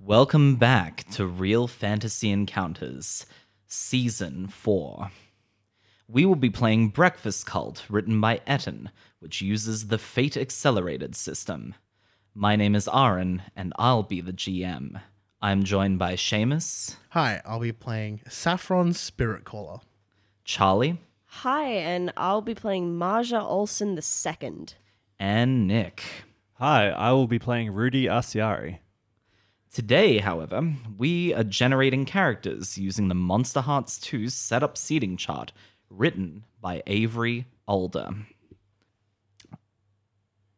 Welcome back to Real Fantasy Encounters, Season 4. We will be playing Breakfast Cult, written by Etten, which uses the Fate Accelerated system. My name is Aaron, and I'll be the GM. I'm joined by Seamus, Hi, I'll be playing Saffron Spirit Caller. Charlie, Hi, and I'll be playing Marja Olsen the second. and Nick. Hi, I will be playing Rudy Asiari. Today, however, we are generating characters using the Monster Hearts 2 setup seating chart written by Avery Alder.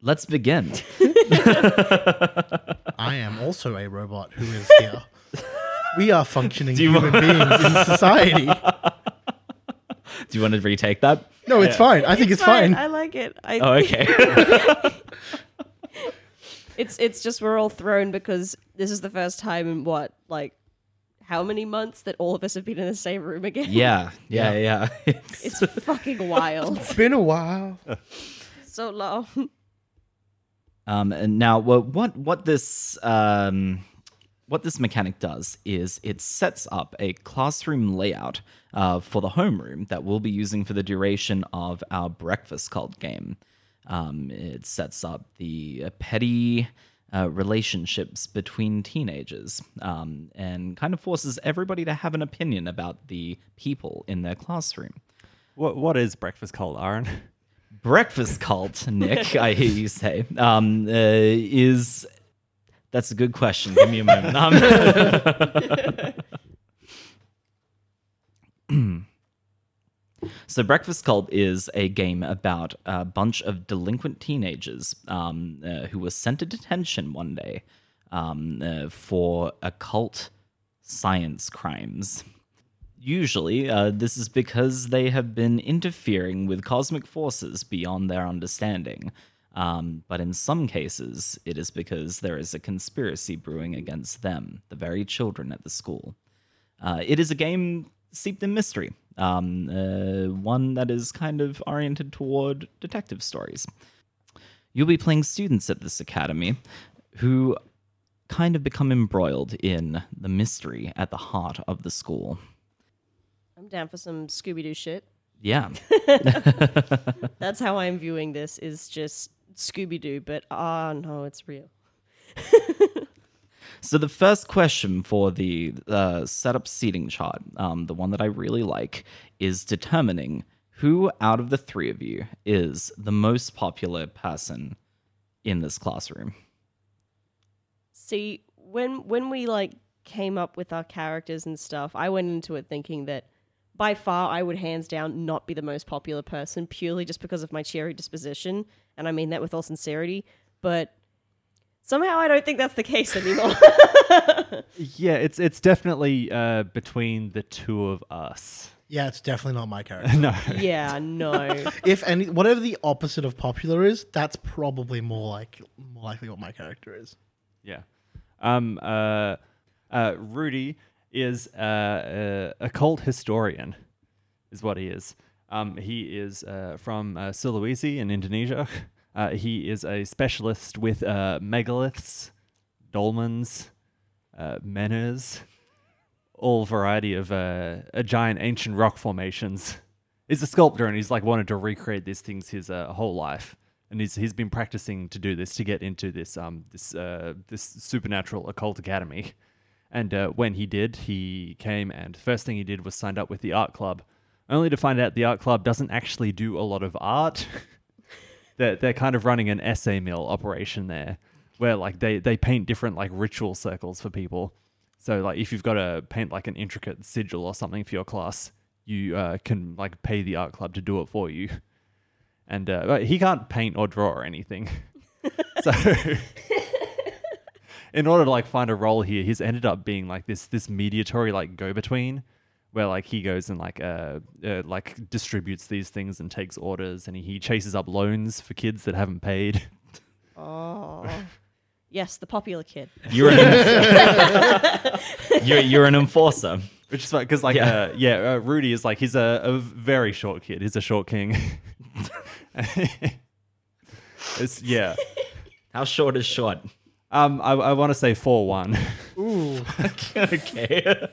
Let's begin. I am also a robot who is here. We are functioning human beings in society. Do you want to retake that? No, it's fine. I think it's, fine. I like it. I, Oh, okay. It's it's just we're all thrown because this is the first time in what like how many months that all of us have been in the same room again. yeah, yeah, yeah. It's- It's fucking wild. It's been a while. so long. Um, and now, wha- what what this um, what this mechanic does is it sets up a classroom layout uh, for the homeroom that we'll be using for the duration of our breakfast cult game. Um, it sets up the uh, petty uh, relationships between teenagers um, and kind of forces everybody to have an opinion about the people in their classroom. What what is breakfast called, Aaron? Breakfast cult, Nick, I hear you say, um, uh, is. That's a good question. Give me a moment. Um, so, Breakfast Cult is a game about a bunch of delinquent teenagers um, uh, who were sent to detention one day um, uh, for occult science crimes usually uh, this is because they have been interfering with cosmic forces beyond their understanding um, but in some cases it is because there is a conspiracy brewing against them the very children at the school uh, it is a game steeped in mystery um, uh, one that is kind of oriented toward detective stories you'll be playing students at this academy who kind of become embroiled in the mystery at the heart of the school I'm down for some Scooby Doo shit. yeah That's how I'm viewing this. Is just Scooby Doo, but ah no, it's real. So the first question for the uh, setup seating chart, um, the one that I really like, is determining who out of the three of you is the most popular person in this classroom. See, when when we like came up with our characters and stuff, I went into it thinking that by far I would hands down not be the most popular person purely just because of my cheery disposition, and I mean that with all sincerity, but somehow I don't think that's the case anymore. yeah, it's it's definitely uh, between the two of us. Yeah, it's definitely not my character. No. yeah, no. If any, whatever the opposite of popular is, that's probably more like more likely what my character is. Yeah. Um. Uh. uh Rudy is uh, a occult historian, is what he is. Um. He is uh, from uh, Sulawesi in Indonesia. Uh, he is a specialist with uh, megaliths, dolmens, uh, menhirs, all variety of uh, uh, giant ancient rock formations. He's a sculptor and he's like wanted to recreate these things his uh, whole life, and he's he's been practicing to do this to get into this um this uh, this supernatural occult academy. And uh, when he did, he came and first thing he did was signed up with the art club, only to find out the art club doesn't actually do a lot of art. they're, they're kind of running an essay mill operation there where like they, they paint different like ritual circles for people so like if you've got to paint like an intricate sigil or something for your class you uh, can like pay the art club to do it for you and uh, but he can't paint or draw or anything so in order to like find a role here he's ended up being like this this mediatory like go-between where like he goes and like uh, uh like distributes these things and takes orders and he chases up loans for kids that haven't paid Oh. Yes, the popular kid. You're an, you're, you're an enforcer. which is like because like Yeah. yeah, uh, yeah uh, rudy is like he's a, a very short kid he's a short king it's yeah How short is short? Um, I, I want to say four one. Ooh. okay.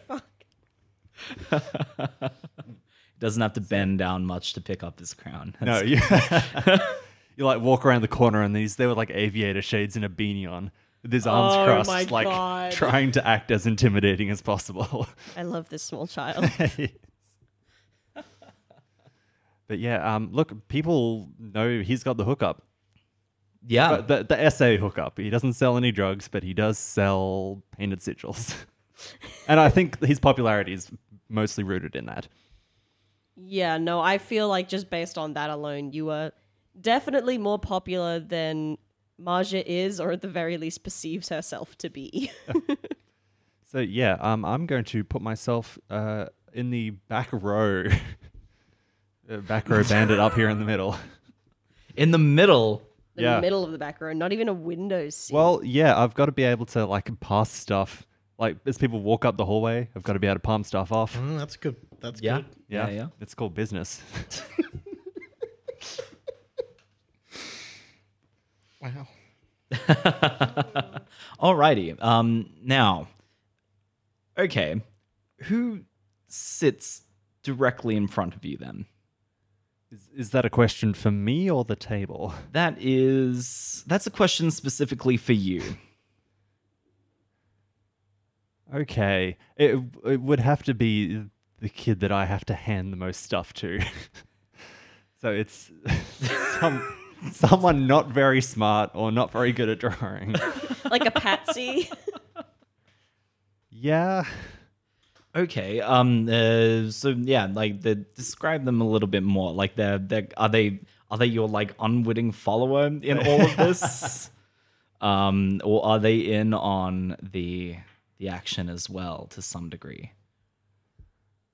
Doesn't have to bend down much to pick up his crown. no, That's- you, you like walk around the corner and he's there with like aviator shades and a beanie on, with his arms Oh crossed, my like God. trying to act as intimidating as possible. I love this small child. but yeah, um, look, people know he's got the hookup. yeah. Uh, the, the SA hookup. He doesn't sell any drugs, but he does sell painted sigils. and I think his popularity is mostly rooted in that. yeah, no, I feel like just based on that alone, you are definitely more popular than Marja is, or at the very least perceives herself to be. So yeah, um, I'm going to put myself uh, in the back row. Uh, back row bandit up here in the middle. In the middle. the Yeah. middle of the back row, not even a window seat. Well, yeah, I've got to be able to like pass stuff. Like as people walk up the hallway, I've got to be able to palm stuff off. Mm, that's good. That's Yeah. good. Yeah, Yeah, yeah. It's called business. Wow. Alrighty. Um. Now. Okay. Who sits directly in front of you then? is, is that a question for me or the table? That is. That's a question specifically for you. Okay. It, it would have to be the kid that I have to hand the most stuff to. so it's some, someone not very smart or not very good at drawing. like a patsy. yeah. Okay. Um. Uh, so yeah, like the describe them a little bit more. Like they're they are they are they your like unwitting follower in all of this, um, or are they in on the the action as well to some degree?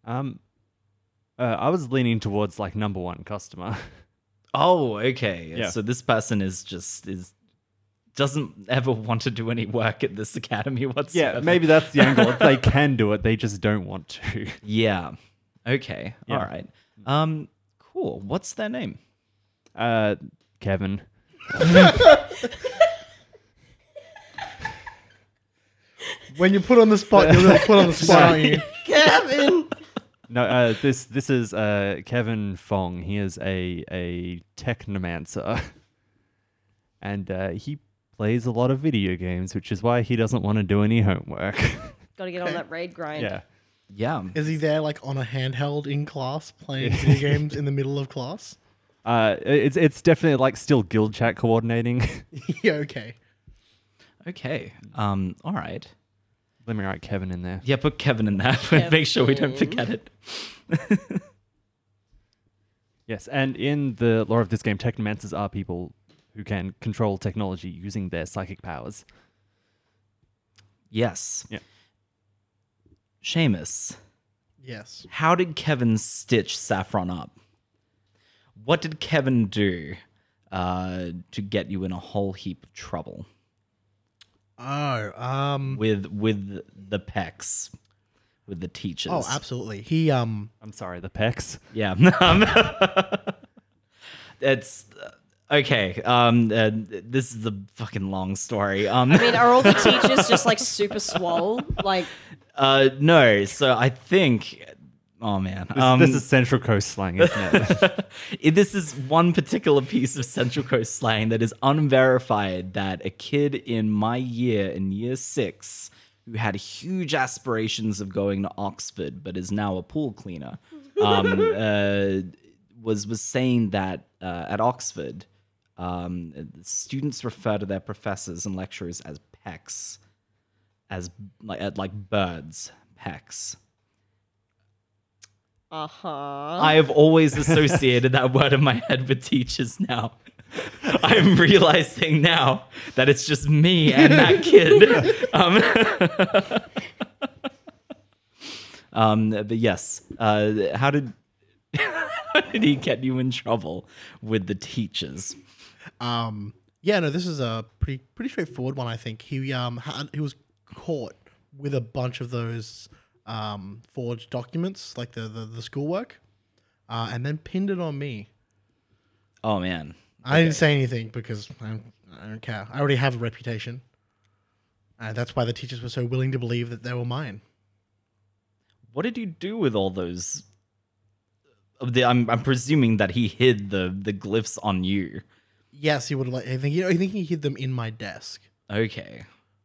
Um uh, I was leaning towards like number one customer. Oh, okay. Yeah. So this person is just is doesn't ever want to do any work at this academy whatsoever. yeah, maybe that's the angle. If they can do it, they just don't want to. Yeah. Okay. Yeah. All right. Um. Cool. What's their name? Uh, Kevin. When you put on the spot, you're really put on the spot, aren't you? Kevin! No, uh, this this is uh, Kevin Fong. He is a a technomancer, and uh, he plays a lot of video games, which is why he doesn't want to do any homework. Gotta get on that raid grind. yeah, Yeah. Is he there like on a handheld in class playing video games in the middle of class? uh, it's it's definitely like still guild chat coordinating. yeah, okay. Okay. Um. All right. Let me write Kevin in there. Yeah, put Kevin in there. Make sure we don't forget it. Yes, and in the lore of this game, technomancers are people who can control technology using their psychic powers. Yes. Yeah. Seamus, Yes. how did Kevin stitch Saffron up? What did Kevin do uh, to get you in a whole heap of trouble Oh, um with with the pecs, with the teachers? Oh, absolutely. He um I'm sorry, the pecs. Yeah. it's okay. Um, uh, this is a fucking long story. Um, I mean, are all the teachers just like super swole? Like, Uh, no. So I think. Oh man. This, um, this is Central Coast slang, isn't it? it- this is one particular piece of Central Coast slang that is unverified that a kid in my year, in year six, who had huge aspirations of going to Oxford but is now a pool cleaner, um, uh, was was saying that uh, at Oxford, um, students refer to their professors and lecturers as pecks, as like uh, like birds pecks. uh huh. I have always associated that word in my head with teachers now. I'm realizing now that it's just me and that kid. Um, um, but yes, uh, how did how did he get you in trouble with the teachers? Um, yeah, no, this is a pretty pretty straightforward one. I think he um had, he was caught with a bunch of those um, forged documents, like the the, the schoolwork, uh, and then pinned it on me. Oh man, I didn't say anything because I don't, I don't care. I already have a reputation. Uh, that's why the teachers were so willing to believe that they were mine. What did you do with all those? of the- I'm, I'm presuming that he hid the, the glyphs on you. Yes, he would like. I think you know, I think he hid them in my desk. Okay.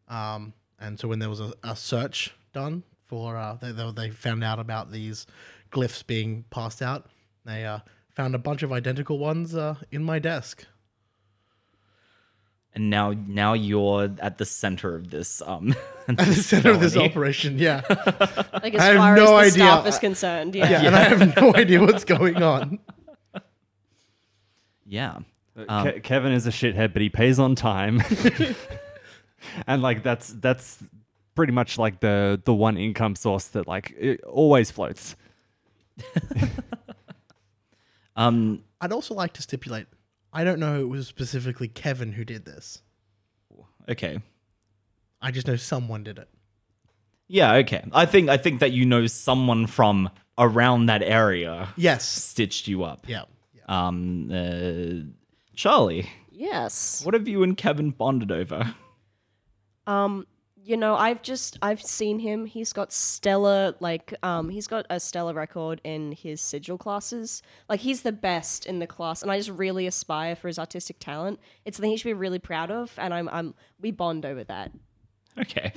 Um, and so when there was a, a search done for, uh, they, they, they found out about these glyphs being passed out. They uh, found a bunch of identical ones uh, in my desk. And now now you're at the center of this um At the center of this felony. operation, yeah. Like as I have far no as the idea. staff is concerned, yeah. yeah. And I have no idea what's going on. Yeah. Uh, Um, Ke- Kevin is a shithead, but he pays on time, and like that's that's pretty much like the the one income source that like it always floats. Um I'd also like to stipulate I don't know it was specifically Kevin who did this. okay. I just know someone did it. Yeah, okay. I think I think that you know someone from around that area Yes. stitched you up. Yeah. yeah. Um uh, Charlie, Yes. what have you and Kevin bonded over? Um, you know, I've just I've seen him. He's got stellar like um he's got a stellar record in his sigil classes. Like he's the best in the class and I just really aspire for his artistic talent. It's something he should be really proud of and I'm I'm we bond over that. Okay.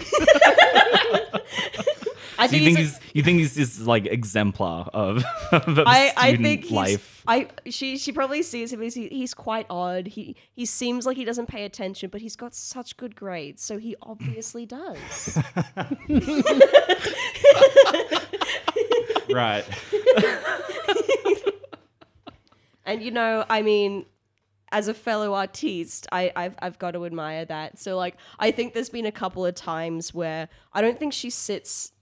I Do you think a- he's you think he's this like exemplar of, of I, student I think he's, life? I she she probably sees him as he, he's quite odd. He he seems like he doesn't pay attention, but he's got such good grades, so he obviously does. Right. and you know, I mean, as a fellow artiste, I I've I've got to admire that. So like, I think there's been a couple of times where I don't think she sits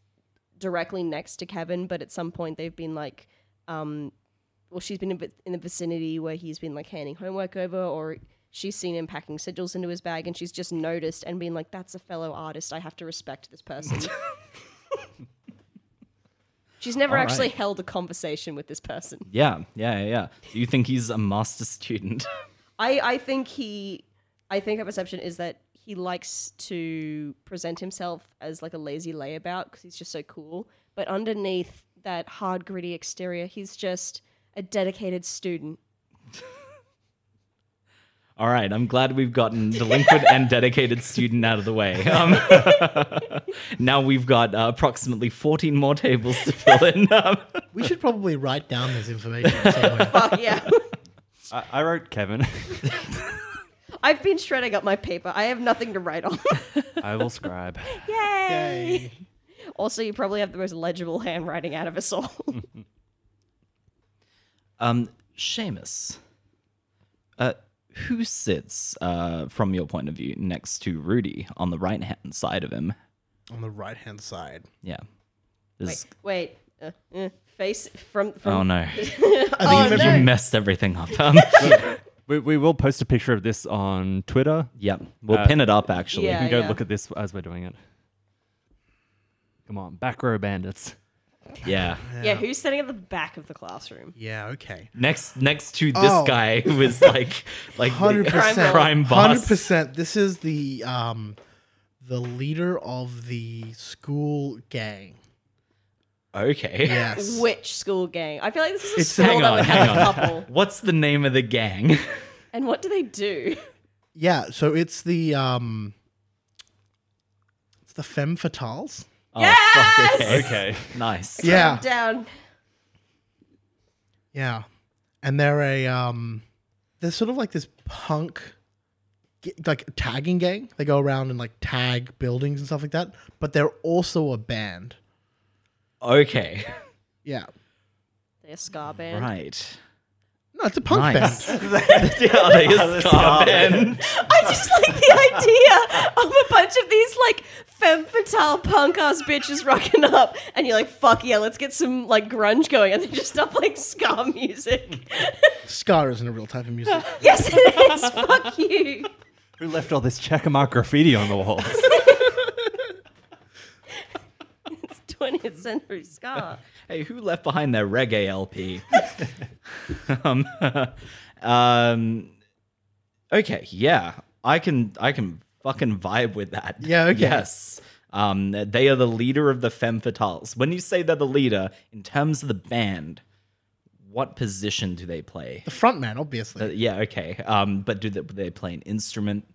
directly next to Kevin, but at some point they've been like, um, well, she's been in vi- in the vicinity where he's been like handing homework over, or she's seen him packing sigils into his bag, and she's just noticed and been like, "That's a fellow artist. I have to respect this person." she's never All actually right. held a conversation with this person. Yeah, yeah, yeah, yeah. Do you think he's a master student? I I think he I think her perception is that he likes to present himself as like a lazy layabout because he's just so cool. But underneath that hard gritty exterior, he's just a dedicated student. All right, I'm glad we've gotten delinquent and dedicated student out of the way. Um, now we've got uh, approximately 14 more tables to fill in. Um, We should probably write down this information somewhere. Fuck Oh, yeah. I, I wrote Kevin. I've been shredding up my paper. I have nothing to write on. I will scribe. Yay. Yay. Also, you probably have the most legible handwriting out of us all. um, Seamus, uh, who sits, uh, from your point of view, next to Rudy on the right hand side of him? On the right hand side. Yeah. wait, There's- wait. Uh, uh, face from from oh, no. I think Oh, if no. You messed everything up. Um, We, we will post a picture of this on Twitter. yep. We'll Uh, pin it up, actually. You Yeah. can go look at this as we're doing it. Come on, back row bandits. Yeah. yeah, who's sitting at the back of the classroom? Yeah, okay. Next, next to this Oh. guy who was like, like the 100%. crime Hundred boss. percent. This is the um, the leader of the school gang. Okay. Yes. Which school gang? I feel like this is a It's- school hang that on, would have hang a on. couple. What's the name of the gang? And what do they do? Yeah. So it's the um, it's the femme fatales. yes! Okay. Oh, Nice. Yeah. Calm down. Yeah. And they're a um, they're sort of like this punk, g- like tagging gang. They go around and like tag buildings and stuff like that. But they're also a band. Okay. Yeah. They're a ska band. Right. No, it's a punk Nice. band. yeah, they are ska band. I just like the idea of a bunch of these like femme fatale punk ass bitches rocking up, and you're like, "Fuck yeah, let's get some like grunge going," and they just start playing ska music. Ska isn't a real type of music. yes, it is. Fuck you. Who left all this checkermark graffiti on the walls? It's 20th century ska. Hey, who left behind their reggae LP? um, um, okay, yeah, I can, I can fucking vibe with that. Yeah, okay. Yes. Um, they are the leader of the Femme Fatales. When you say they're the leader, in terms of the band, what position do they play? The front man, obviously. Uh, yeah, okay. Um, but do they, they play an instrument?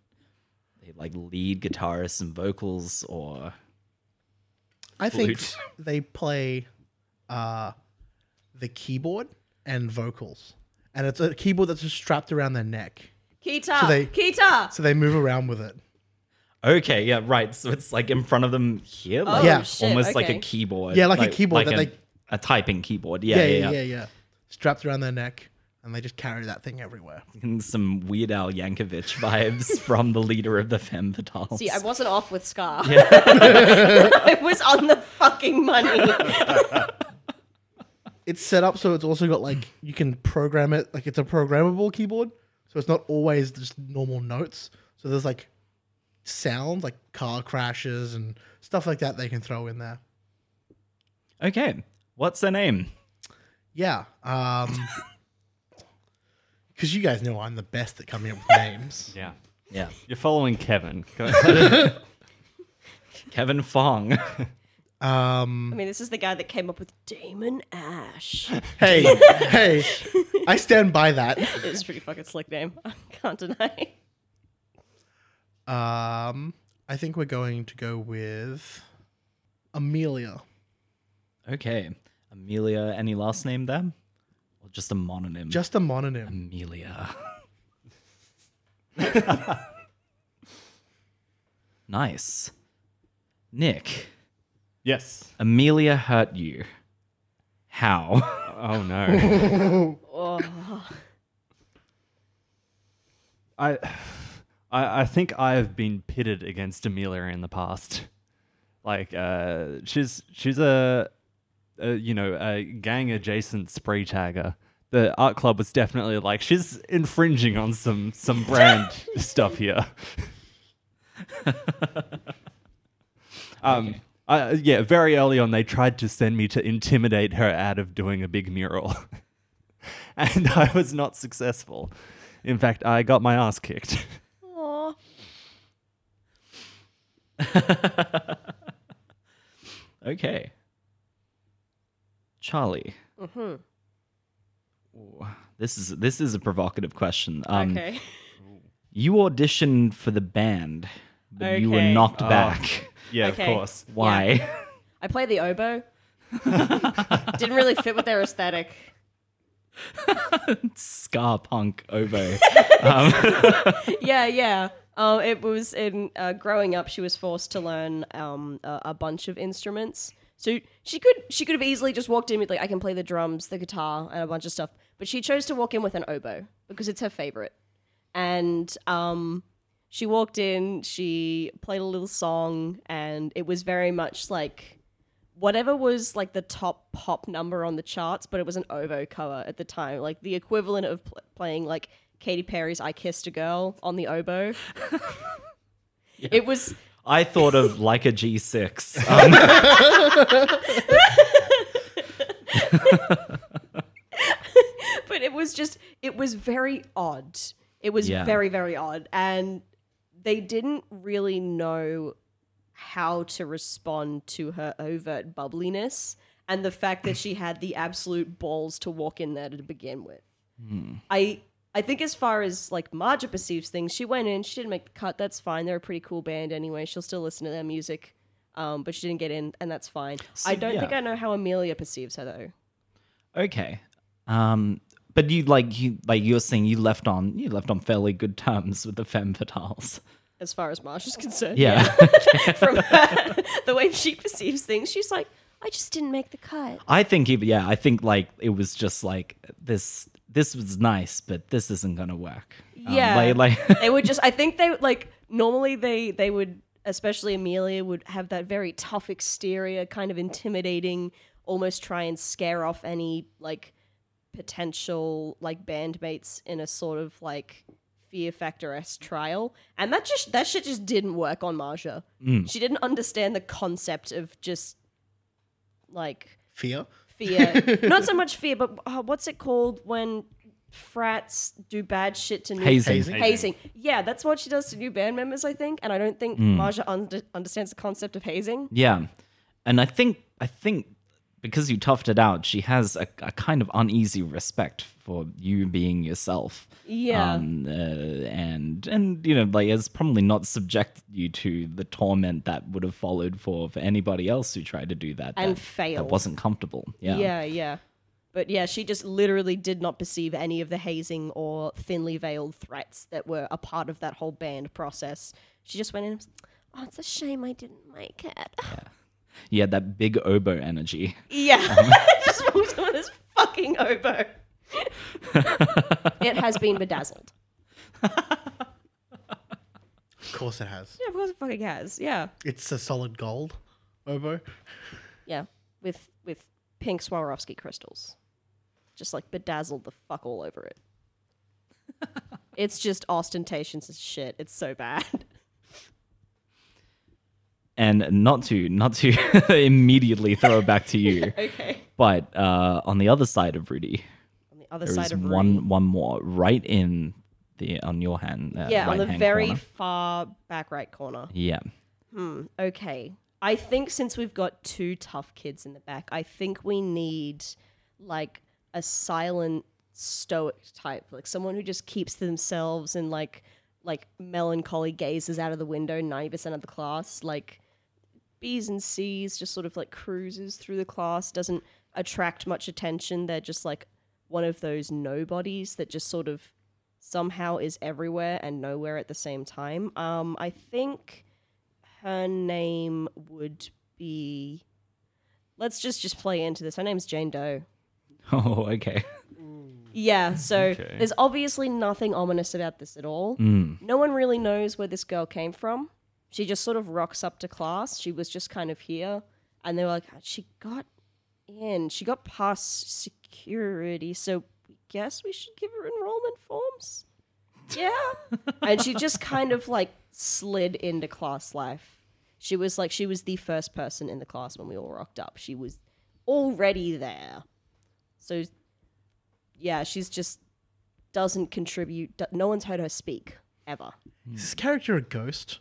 They like lead guitarists and vocals, or I think flute. they play uh, the keyboard and vocals, and it's a keyboard that's just strapped around their neck, Kita, So they- Kita. so they move around with it. okay, yeah, right. So it's like in front of them here, like Yeah. Oh, shit, almost like a okay. keyboard. Yeah, like a keyboard that a, they- a typing keyboard. Yeah, Yeah, yeah, yeah, yeah. Strapped around their neck, and they just carry that thing everywhere. Some Weird Al Yankovic vibes from the leader of the Femme Fatales. See, I wasn't off with Scar. I was on the fucking money. It's set up so it's also got like you can program it, like it's a programmable keyboard, so it's not always just normal notes. So there's like sounds, like car crashes and stuff like that they can throw in there. Okay, what's her name? Yeah. Um Because you guys know I'm the best at coming up with names. Yeah. Yeah, You're following Kevin. Go- Kevin Fong. Um, I mean, this is the guy that came up with Damon Ash. hey, hey, I stand by that. It was a pretty fucking slick name. I can't deny. Um, I think we're going to go with Amelia. okay, Amelia. Any last name there, or just a mononym? Just a mononym. Amelia. nice. Nick, yes. Amelia hurt you. How? Oh no. Oh, I, I I think I have been pitted against Amelia in the past. Like uh, she's she's a, a you know a gang adjacent spree tagger. The art club was definitely like she's infringing on some some brand stuff here. um, I, yeah, very early on they tried to send me to intimidate her out of doing a big mural. and I was not successful. In fact, I got my ass kicked. Um, Aw. okay. Charlie. Ooh, This is this is a provocative question. Um, okay. You auditioned for the band, but you were Okay. knocked Oh. back. Yeah, Okay. of course. Why? I played the oboe. Didn't really fit with their aesthetic. Scar punk oboe. Yeah, yeah. Um, it was in uh, growing up. She was forced to learn um, a, a bunch of instruments, so she could she could have easily just walked in with like I can play the drums, the guitar, and a bunch of stuff. But she chose to walk in with an oboe because it's her favorite. And um, she walked in. She played a little song, and it was very much like whatever was like the top pop number on the charts, but it was an oboe cover at the time, like the equivalent of pl- playing like Katy Perry's "I Kissed a Girl" on the oboe. It was I thought of like a G6. Um, but it was just it was very odd it was Yeah. very very odd and they didn't really know how to respond to her overt bubbliness and the fact that she had the absolute balls to walk in there to begin with Hmm. i i think as far as like marja perceives things she went in she didn't make the cut that's fine they're a pretty cool band anyway she'll still listen to their music um, but she didn't get in and that's fine i don't yeah. think i know how amelia perceives her though okay. Um, but you like you like you're saying you left on you left on fairly good terms with the femme fatales. as far as marja's concerned Yeah. from her, the way she perceives things. She's like, I just didn't make the cut. I think even yeah, I think like it was just like this this was nice, but this isn't gonna work. Um, Yeah. like like they would just, I think they like normally they they would, especially Amelia would have that very tough exterior, kind of intimidating, almost try and scare off any like potential like bandmates in a sort of like fear factor s trial and that just that shit just didn't work on marja Mm. she didn't understand the concept of just like Fear. fear. Not so much fear, but uh, what's it called when frats do bad shit to new Hazing. Hazing. hazing. Yeah, that's what she does to new band members, I think. And I don't think Mm. Marja under understands the concept of hazing. Yeah, and I think I think because you toughed it out, she has a, a kind of uneasy respect for you being yourself. Yeah. um, uh, and and you know like it's probably not subjected you to the torment that would have followed for for anybody else who tried to do that And that, failed. that wasn't comfortable. Yeah, yeah, yeah. But yeah, she just literally did not perceive any of the hazing or thinly veiled threats that were a part of that whole band process. She just went in and was, oh, it's a shame I didn't make it. yeah, that big oboe energy. Yeah. just walked on this fucking oboe. it has been bedazzled. Of course it has. Yeah, of course it fucking has. Yeah. It's a solid gold oboe. Yeah. With with pink Swarovski crystals. Just like bedazzled the fuck all over it. it's just ostentatious as shit. It's so bad. And not to not to immediately throw it back to you, Okay. but uh, on the other side of Rudy, On the other there side is of Rudy. one one more right in the on your hand. Uh, Yeah, on the right-hand very corner. far back right corner. yeah. Okay. I think since we've got two tough kids in the back, I think we need like a silent stoic type, like someone who just keeps to themselves and like like melancholy gazes out of the window 90% of the class, like B's and C's just sort of like cruises through the class, doesn't attract much attention. They're just like one of those nobodies that just sort of somehow is everywhere and nowhere at the same time. Um, I think her name would be. Let's just just play into this. Her name's Jane Doe. Oh, okay. Yeah, so Okay. there's obviously nothing ominous about this at all. No one really knows where this girl came from. She just sort of rocks up to class. She was just kind of here. And they were like, "Ah, she got in. She got past security. So we guess we should give her enrollment forms. Yeah. and she just kind of like slid into class life. She was like, she was the first person in the class when we all rocked up. She was already there. So yeah, she's just doesn't contribute. do- No one's heard her speak ever. Is this character a ghost?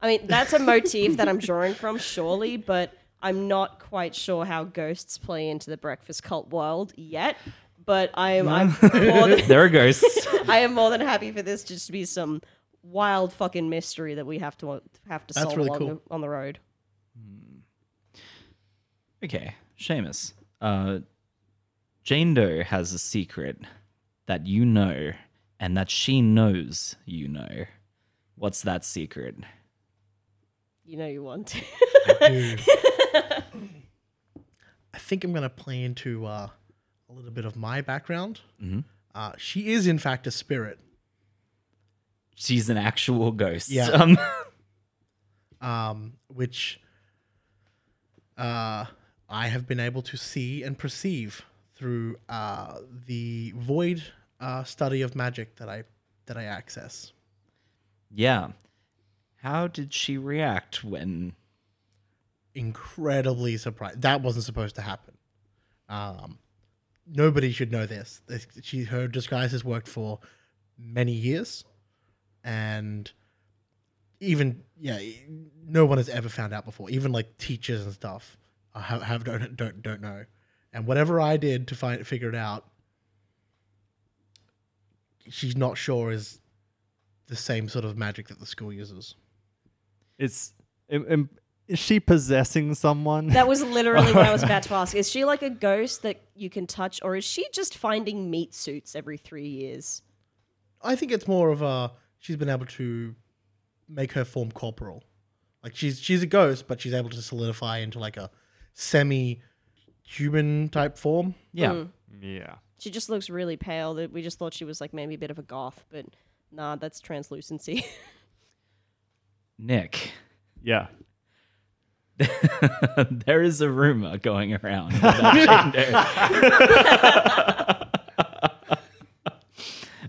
I mean, that's a motif that I'm drawing from, surely, but I'm not quite sure how ghosts play into the breakfast cult world yet. But I am, I'm more than, There are ghosts. I am more than happy for this just to be some wild fucking mystery that we have to have to That's solve really along cool. the, on the road. Okay, Seamus. Uh, Jane Doe has a secret that you know, and that she knows you know. What's that secret? You know you want to. Dude. I think I'm going to play into uh, a little bit of my background. Uh, she is, in fact, a spirit. She's an actual ghost. Yeah. Um, um, which uh, I have been able to see and perceive through uh, the void uh, study of magic that I that I access. yeah. How did she react when? Incredibly surprised. That wasn't supposed to happen. Um, nobody should know this. This- She her disguise has worked for many years, and even yeah, no one has ever found out before. Even like teachers and stuff uh, have, have don't don't don't know. And whatever I did to find figure it out, she's not sure is the same sort of magic that the school uses. It's im- im- is she possessing someone? That was literally what I was about to ask. Is she like a ghost that you can touch, or is she just finding meat suits every three years? I think it's more of a she's been able to make her form corporal. Like she's she's a ghost, but she's able to solidify into like a semi human type form. Yeah. yeah. She just looks really pale. That we just thought she was like maybe a bit of a goth, but nah, that's translucency. Nick, Yeah. there is a rumor going around about Jane Doe.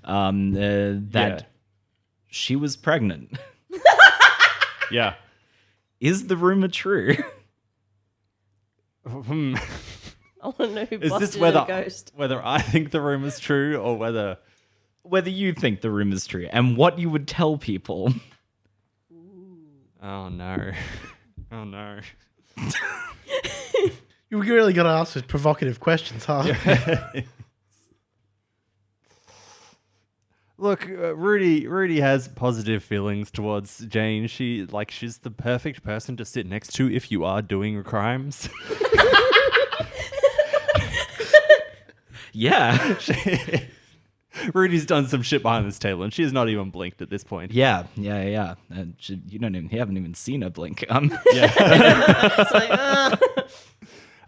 um, uh, that she was pregnant. Yeah. Is the rumor true? yeah. Hmm. oh Nolan who Is busted this whether a ghost. whether I think the room is true or whether Whether you think the rumor's true and what you would tell people. oh no, oh no. You really got to ask those provocative questions, huh? Look, uh, Rudy. Rudy has positive feelings towards Jane. She like she's the perfect person to sit next to if you are doing crimes. Yeah. Rudy's done some shit behind this table, and she has not even blinked at this point. Yeah, yeah, yeah. And she, you don't even you haven't even seen her blink. Um, It's like, uh,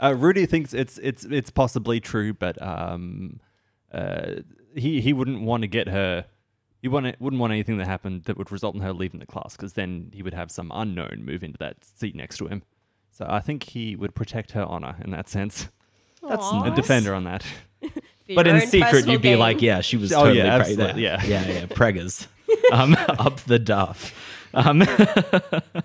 Uh, Rudy thinks it's it's it's possibly true, but um, uh, he he wouldn't want to get her. He want wouldn't want anything that happened that would result in her leaving the class, because then he would have some unknown move into that seat next to him. So I think he would protect her honor in that sense That's aw. nice. and defend her on that. For your but in own secret, personal you'd be gain. like, yeah, she was Oh, totally yeah, preg- absolutely, yeah, yeah. yeah, yeah, preggers, um, up the duff. Um,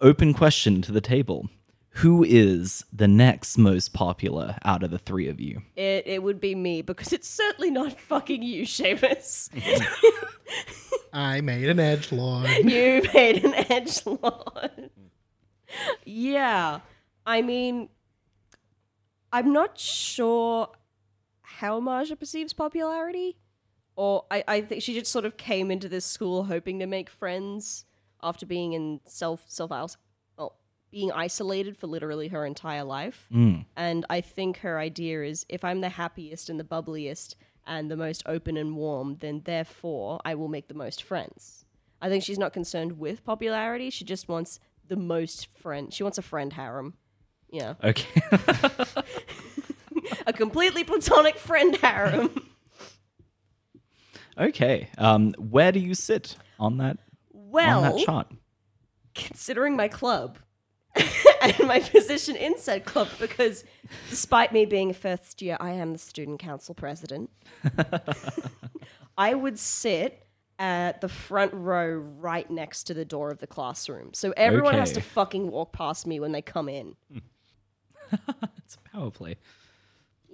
open question to the table: Who is the next most popular out of the three of you? It, it would be me because it's certainly not fucking you, Seamus. I made an edge lord. you made an edge lord. yeah. I mean, I'm not sure how Marja perceives popularity. Or I, I think she just sort of came into this school hoping to make friends after being in self self aus- oh, being isolated for literally her entire life. And I think her idea is if I'm the happiest and the bubbliest and the most open and warm, then therefore I will make the most friends. I think she's not concerned with popularity. She just wants the most friend. She wants a friend harem. Yeah. Okay, A completely platonic friend harem. okay. Um, where do you sit on that on that Well, chart? considering my club and my position in said club, because despite me being a first year, I am the student council president. I would sit at the front row right next to the door of the classroom. So everyone has Okay. to fucking walk past me when they come in. It's a power play.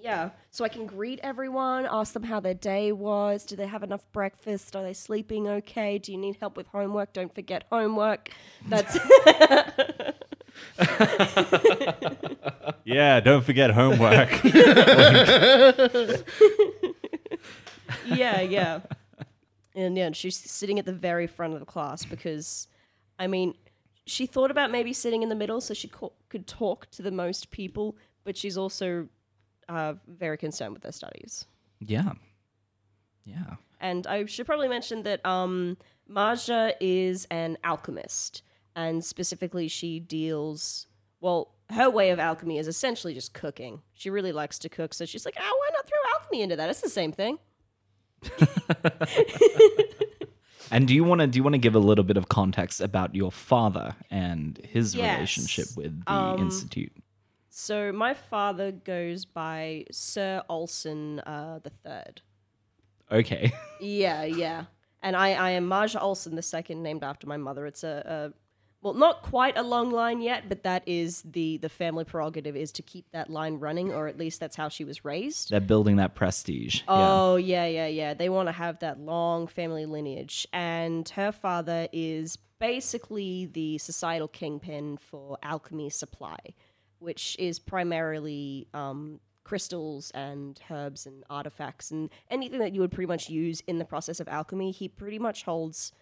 Yeah. So I can greet everyone, ask them how their day was. Do they have enough breakfast? Are they sleeping okay? Do you need help with homework? Don't forget homework. That's yeah, don't forget homework. yeah, yeah. And yeah, she's sitting at the very front of the class because, I mean, she thought about maybe sitting in the middle so she co- could talk to the most people, but she's also uh, very concerned with her studies. Yeah, yeah. And I should probably mention that um, Marja is an alchemist, and specifically, she deals. Well, her way of alchemy is essentially just cooking. She really likes to cook, so she's like, "Ah, why not throw alchemy into that? It's the same thing." And do you want to do you want to give a little bit of context about your father and his Yes. Um, relationship with the institute? So my father goes by Sir Olson uh, the Third. Okay. Yeah, yeah. And I, I am Marja Olson the second, named after my mother. It's a, a well, not quite a long line yet, but that is the the family prerogative is to keep that line running, or at least that's how she was raised. They're building that prestige. yeah. Oh yeah, yeah, yeah. They want to have that long family lineage, and her father is basically the societal kingpin for alchemy supply, which is primarily um, crystals and herbs and artifacts and anything that you would pretty much use in the process of alchemy. He pretty much holds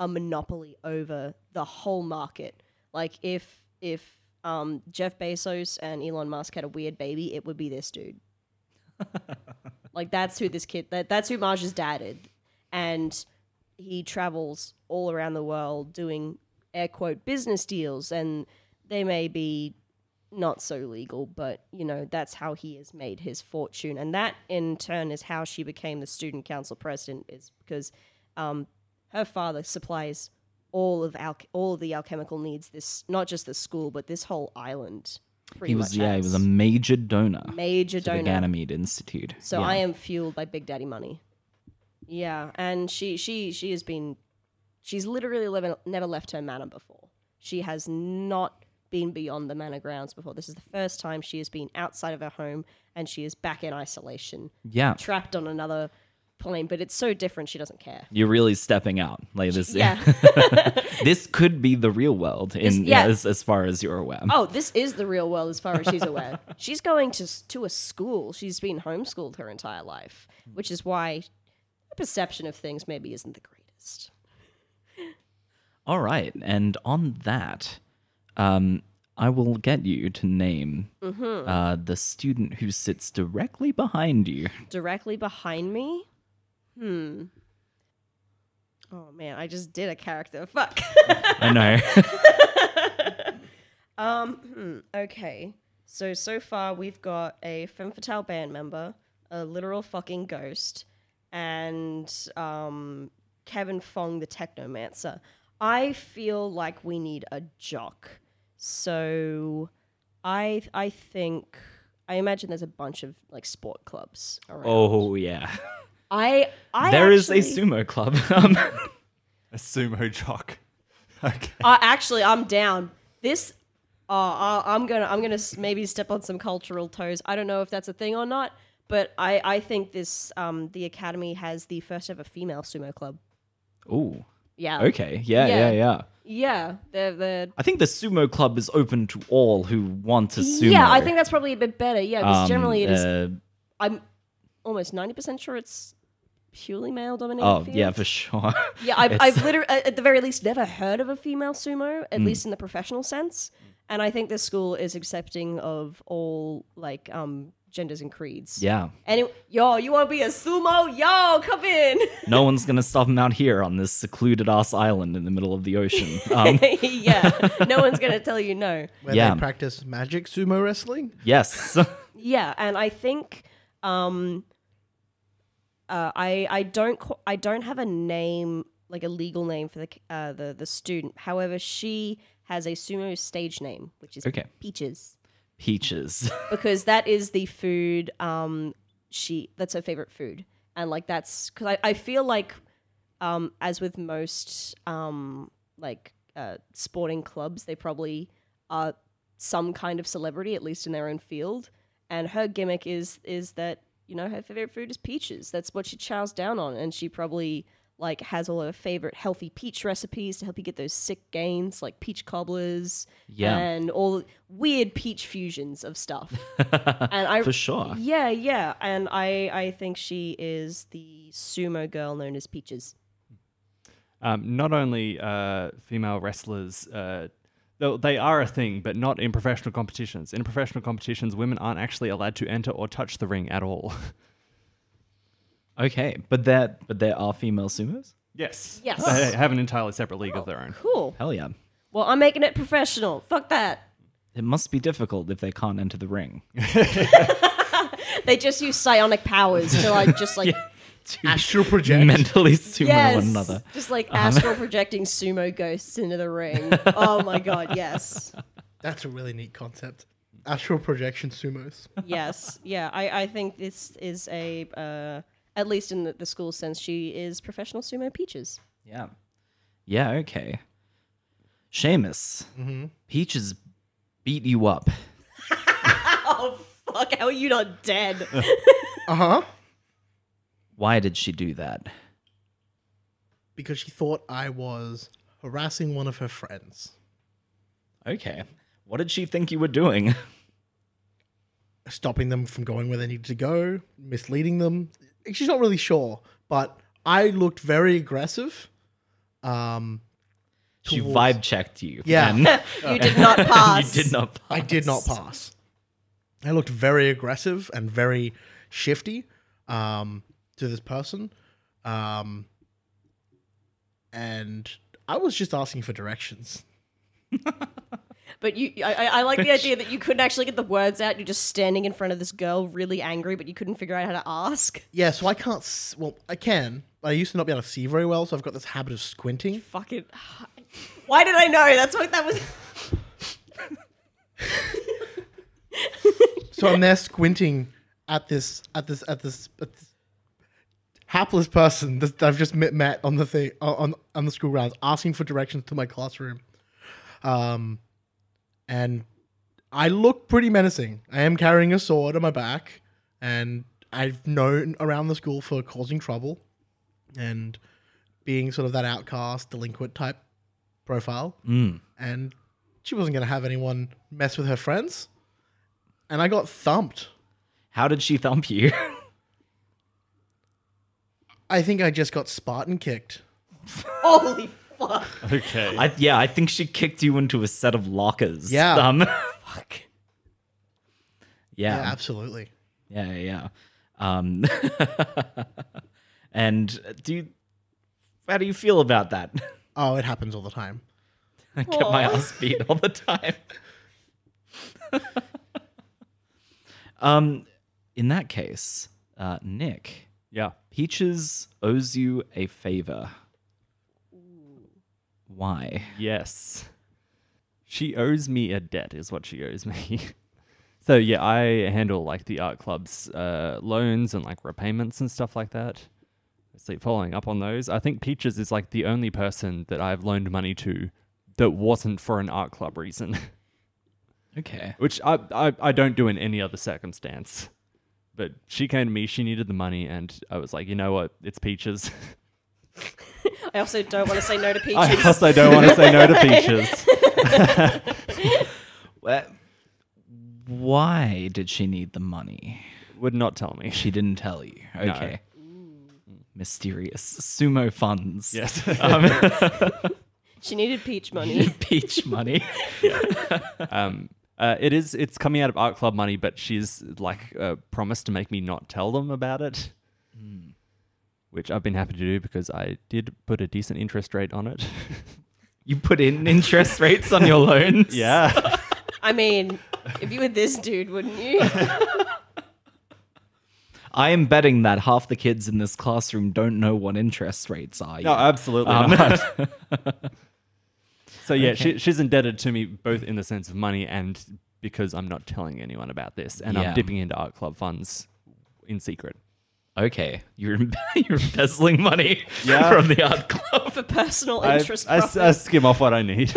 a monopoly over the whole market. Like if if um, Jeff Bezos and Elon Musk had a weird baby, it would be this dude. Like that's who this kid that, that's who Marge's dad is. And he travels all around the world doing air quote business deals and they may be not so legal, but you know, that's how he has made his fortune. And that in turn is how she became the student council president is because um, her father supplies all of al- all of the alchemical needs this not just the school but this whole island. pretty he was much yeah, he has. was a major donor major to the donor. Ganymede Institute. So yeah. I am fueled by Big Daddy money. Yeah, and she she she has been she's literally lev- never left her manor before. She has not been beyond the manor grounds before. This is the first time she has been outside of her home and she is back in isolation, Yeah. trapped on another plane. But it's so different, she doesn't care. You're really stepping out. Like this Yeah. this could be the real world in yeah. as, as far as you're aware. oh, this is the real world as far as she's aware. she's going to s- to a school. She's been homeschooled her entire life, which is why her perception of things maybe isn't the greatest. All right. And on that, um, I will get you to name Mm-hmm. uh, the student who sits directly behind you. Directly behind me. Hmm. Oh man, I just did a character. Fuck. I know. Um. hmm, Okay. So so far we've got a femme fatale band member, a literal fucking ghost, and um Kevin Fong the technomancer. I feel like we need a jock. So I I think I imagine there's a bunch of like sport clubs around. oh, yeah. I I there is actually, a sumo club. Um, A sumo jock. Okay. Uh, actually, I'm down. This, uh, I- I'm gonna, I'm gonna s- maybe step on some cultural toes. I don't know if that's a thing or not, but I, I think this, um, the academy has the first ever female sumo club. Ooh. Yeah. Okay. Yeah, Yeah. yeah, yeah. Yeah. They're, they're. I think the sumo club is open to all who want to sumo. Yeah, I think that's probably a bit better. Yeah, because Um, generally it is. uh, I'm almost ninety percent sure it's purely male dominated. oh, yeah, for sure. Yeah, I've, It's- Hmm. I've literally, at the very least, never heard of a female sumo, at least in the professional sense. And I think this school is accepting of all like um, genders and creeds. yeah. And yo, you want to be a sumo? Yo, come in. No one's going to stop him out here on this secluded ass island in the middle of the ocean. Um, yeah, no one's gonna tell you no. Where Yeah. they practice magic sumo wrestling. yes. Yeah, and I think um, uh, I I don't qu- I don't have a name like a legal name for the c- uh, the the student. However, she has a sumo stage name, which is Okay. Peaches. Peaches. because that is the food um she that's her favorite food and like that's because I, I feel like um as with most um like uh sporting clubs they probably are some kind of celebrity at least in their own field and her gimmick is is that you know her favorite food is peaches that's what she chows down on and she probably like has all her favorite healthy peach recipes to help you get those sick gains like peach cobblers Yeah. and all weird peach fusions of stuff and i For sure. yeah yeah and i i think she is the sumo girl known as peaches Um, not only uh, female wrestlers, uh, though they are a thing, but not in professional competitions. In professional competitions, women aren't actually allowed to enter or touch the ring at all. Okay, but there, but there are female sumos. yes. Yes. They have an entirely separate league of their own. cool Hell yeah! well i'm making it professional fuck that It must be difficult if they can't enter the ring. they just use psionic powers to like just like Astral project. Mentally sumo yes one another. Uh-huh. just like astral projecting sumo ghosts into the ring oh my god yes That's a really neat concept. Astral projection sumos. yes yeah i i think this is a uh at least in the, the school sense she is professional sumo peaches Yeah, yeah. Okay, Seamus, Peaches beat you up. oh fuck how are you not dead Uh huh. Why did she do that? Because she thought I was harassing one of her friends. Okay, what did she think you were doing? stopping them from going where they needed to go, misleading them. She's not really sure, but I looked very aggressive. Um, She towards- vibe checked you. Yeah. and you did not pass you did not. I did not pass. I looked very aggressive and very shifty um, to this person, um, and I was just asking for directions. But you, I, I I like the idea that you couldn't actually get the words out. You're just standing in front of this girl, really angry, but you couldn't figure out how to ask. Yeah, so I can't. s- Well, I can. But I used to not be able to see very well, so I've got this habit of squinting. Fucking. Why did I know? That's what that was. So I'm there squinting at this at this at this, at this hapless person that I've just met, met on the thing on on the school grounds, asking for directions to my classroom. Um, and I look pretty menacing. I am carrying a sword on my back, and I've known around the school for causing trouble and being sort of that outcast, delinquent type profile. Mm. And she wasn't going to have anyone mess with her friends. And I got thumped. How did she thump you? I think I just got Spartan kicked. Holy fuck. Okay. I, yeah, I think she kicked you into a set of lockers. Yeah. Um, fuck. Yeah, Yeah. absolutely. Yeah. Yeah. Um, and do you, how do you feel about that? Oh, it happens all the time. I get my Aw. ass beat all the time. um, in that case, uh, Nick, yeah. Peaches owes you a favor. Why? Yes. She owes me a debt, is what she owes me. so yeah, I handle like the art club's uh, loans and like repayments and stuff like that. It's like following up on those. I think Peaches is like the only person that I've loaned money to that wasn't for an art club reason, Okay. which I, I I don't do in any other circumstance. But she came to me, she needed the money, and I was like, you know what? It's Peaches. I also don't want to say no to I peaches. also don't want to say no to Peaches. Wha- Why did she need the money? Would not tell me. She didn't tell you. Okay. Mysterious. Sumo funds. Yes. she needed peach money. Peach money. um, uh, it is. It's coming out of art club money, but she's like uh, promised to make me not tell them about it, Hmm. which I've been happy to do because I did put a decent interest rate on it. you put in interest rates on your loans. yeah. I mean, if you were this dude, wouldn't you? I am betting that half the kids in this classroom don't know what interest rates are. No, yet. Um, absolutely not. Um, so yeah, she, she's indebted to me both in the sense of money and because I'm not telling anyone about this, and Yeah. I'm dipping into art club funds in secret. okay, you're you're embezzling money Yeah. from the art club. For personal I, interest I, profit. I skim off what I need.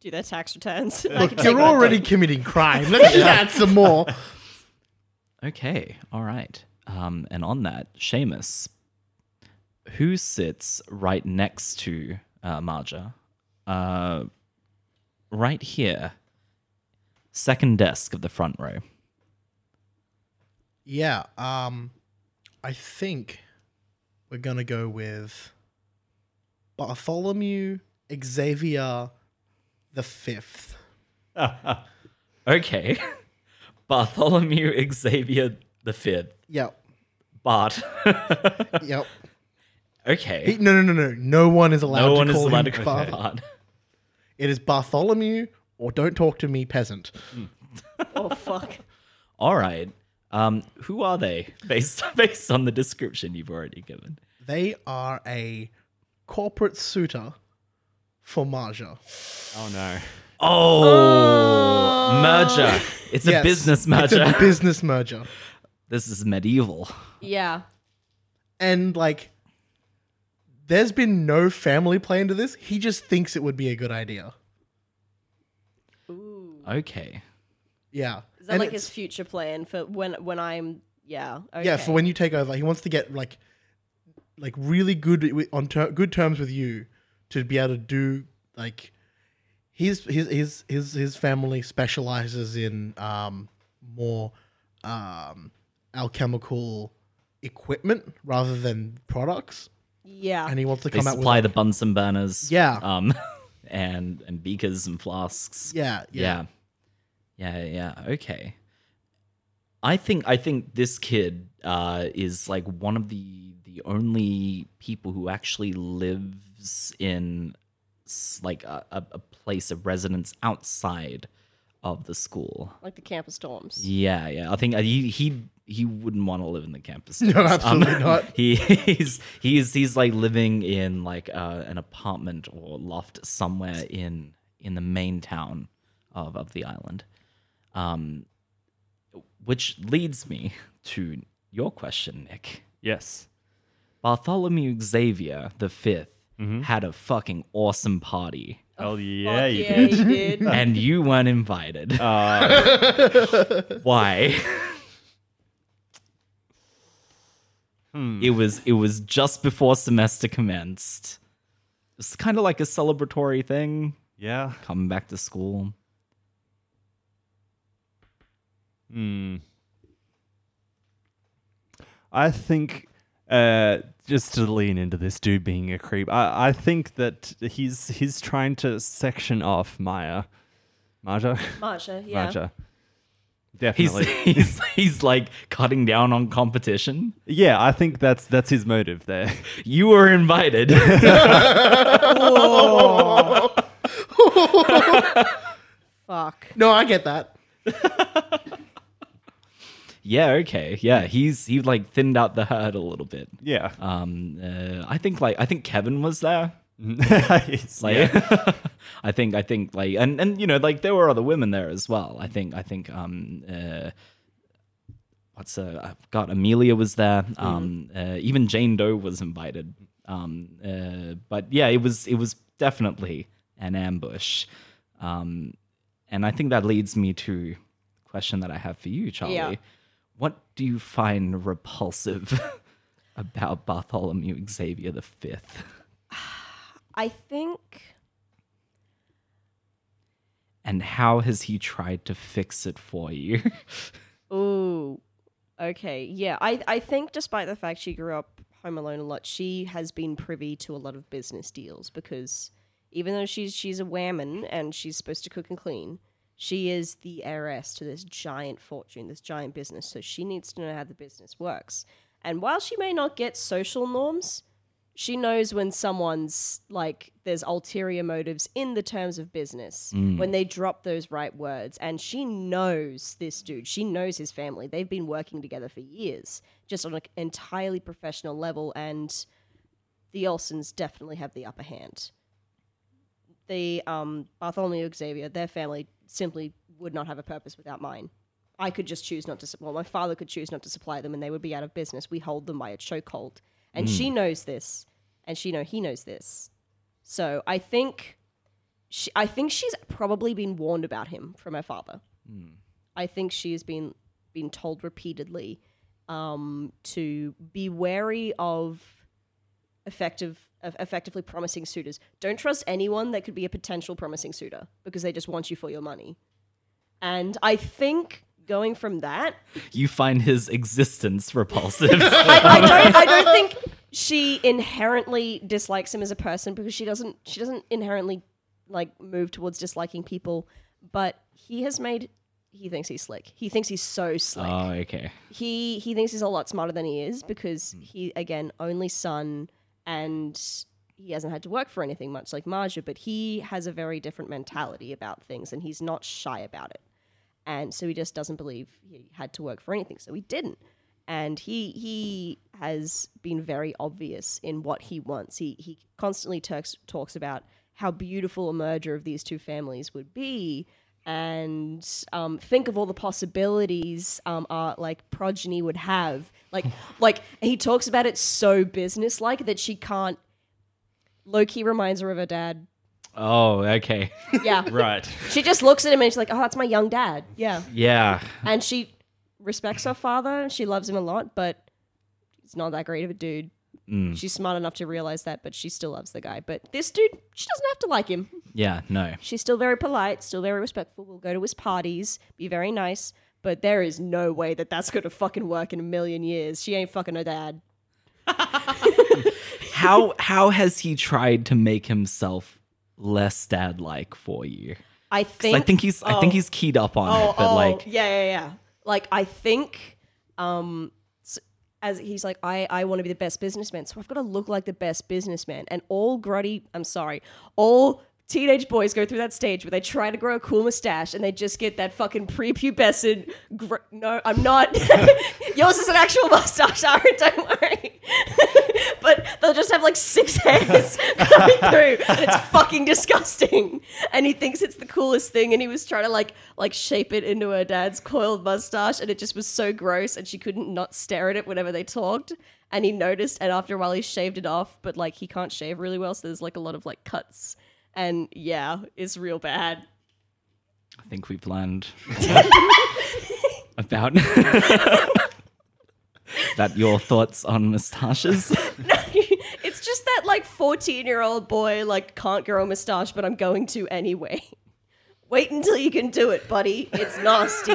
Do their tax returns. I can Look, take you're my already committing crime. Let's just add some more. Okay, all right. Um, and on that, Seamus, who sits right next to uh, Marja, uh, right here, second desk of the front row. Yeah. Um, I think we're gonna go with Bartholomew Xavier the Fifth. Okay, Bartholomew Xavier the Fifth, Yep. Bart. Yep. okay. He- no, no, no, no. No one is allowed. no to one is call allowed to him call Bar- him Bart. It is Bartholomew or don't talk to me, peasant. Oh, fuck. All right. Um, who are they based based on the description you've already given? They are a corporate suitor for Marja. oh no. Oh, merger! It's a Oh. Yes. business It's merger. a business merger. this is medieval. Yeah. and like there's been no family play into this he just thinks it would be a good idea Ooh. Okay. yeah Is that And like it's- his future plan for when when I'm yeah okay. yeah for when you take over he wants to get like like really good wi- on ter- good terms with you to be able to do like his his his his, his family specializes in um more um alchemical equipment rather than products yeah and he wants to They come out with supply the Bunsen burners. Yeah. Um, and and beakers and flasks. yeah yeah Yeah. Yeah, yeah. Okay. I think I think this kid uh, is like one of the the only people who actually lives in s- like a, a, a place of residence outside of the school. like the campus dorms. Yeah, yeah. I think uh, he he he wouldn't want to live in the campus. Um, No, absolutely not. He he's he's he's like living in like uh, an apartment or loft somewhere in in the main town of of the island. Um, which leads me to your question, Nick. Yes. Mm-hmm. Bartholomew Xavier the 5th had a fucking awesome party Hell Oh, Fuck E yeah, you yeah, did. you did. and you weren't invited. Uh, Why? It was it was just before semester commenced. It's kind of like a celebratory thing, yeah. coming back to school. Hmm. I think uh, just to lean into this dude being a creep, I, I think that he's he's trying to section off Maya, Marja, Marsha, yeah. Marja. He's, Definitely, he's he's like cutting down on competition. yeah. I think that's that's his motive there. You were invited. Fuck. No, I get that. yeah, okay. Yeah, he's he like thinned out the herd a little bit. Yeah, Um uh, I think like I think Kevin was there. He's- Like I think I think like and and you know like there were other women there as well. I think I think um uh what's uh God Amelia was there. Um uh, even Jane Doe was invited. Um uh but yeah, it was it was definitely an ambush. Um and I think that leads me to the question that I have for you, Charlie. Yeah. What do you find repulsive about Bartholomew Xavier the Fifth? I think and how has he tried to fix it for you? Ooh. Okay. Yeah. I, I think despite the fact she grew up home alone a lot, she has been privy to a lot of business deals because even though she's she's a whammon and she's supposed to cook and clean, she is the heiress to this giant fortune, this giant business. So she needs to know how the business works. And while she may not get social norms, she knows when someone's like there's ulterior motives in the terms of business when they drop those right words and she knows this dude she knows his family they've been working together for years just on an entirely professional level and the olsons definitely have the upper hand the um, bartholomew xavier their family simply would not have a purpose without mine i could just choose not to su- well my father could choose not to supply them and they would be out of business we hold them by a chokehold and she knows this and she know he knows this so i think she, i think she's probably been warned about him from her father i think she has been been told repeatedly um, to be wary of effective of effectively promising suitors don't trust anyone that could be a potential promising suitor because they just want you for your money and i think going from that you find his existence repulsive. I don't, I don't think she inherently dislikes him as a person because she doesn't she doesn't inherently like move towards disliking people but he has made he thinks he's slick he thinks he's so slick oh, okay. he he thinks he's a lot smarter than he is because he again only son and he hasn't had to work for anything much like Marja, but he has a very different mentality about things and he's not shy about it. And so he just doesn't believe he had to work for anything, so he didn't. And he he has been very obvious in what he wants. He he constantly talks talks about how beautiful a merger of these two families would be, and um, think of all the possibilities um, our like progeny would have. Like, like he talks about it so businesslike that she can't. Loki reminds her of her dad. Oh, okay. Yeah, right. she just looks at him and she's like, "Oh, that's my young dad." Yeah, Yeah. and she respects her father. She loves him a lot, but he's not that great of a dude. She's smart enough to realize that, but she still loves the guy. But this dude, she doesn't have to like him. Yeah, no. She's still very polite, still very respectful. We'll go to his parties, be very nice, but there is no way that that's going to fucking work in a million years. She ain't fucking her dad. How how has he tried to make himself less dad like for you? I 'Cause think. Oh. I think he's I think he's keyed up on it, but like yeah, yeah, yeah. Like I think, um, s- as he's like, I I want to be the best businessman, so I've got to look like the best businessman. And all gruddy, I'm sorry, all teenage boys go through that stage where they try to grow a cool mustache and they just get that fucking prepubescent. Gr- no, I'm not. Yours is an actual mustache, Aaron. Don't worry. but they'll just have like six hairs coming through, and it's fucking disgusting. And he thinks it's the coolest thing, and he was trying to like like shape it into her dad's coiled mustache, and it just was so gross, and she couldn't not stare at it whenever they talked. And he noticed, and after a while, he shaved it off, but like he can't shave really well, so there's like a lot of like cuts. And yeah, it's real bad. I think we've learned about that your thoughts on moustaches. it's just that like 14 year old boy like can't grow a mustache, but I'm going to anyway. Wait until you can do it, buddy. It's nasty.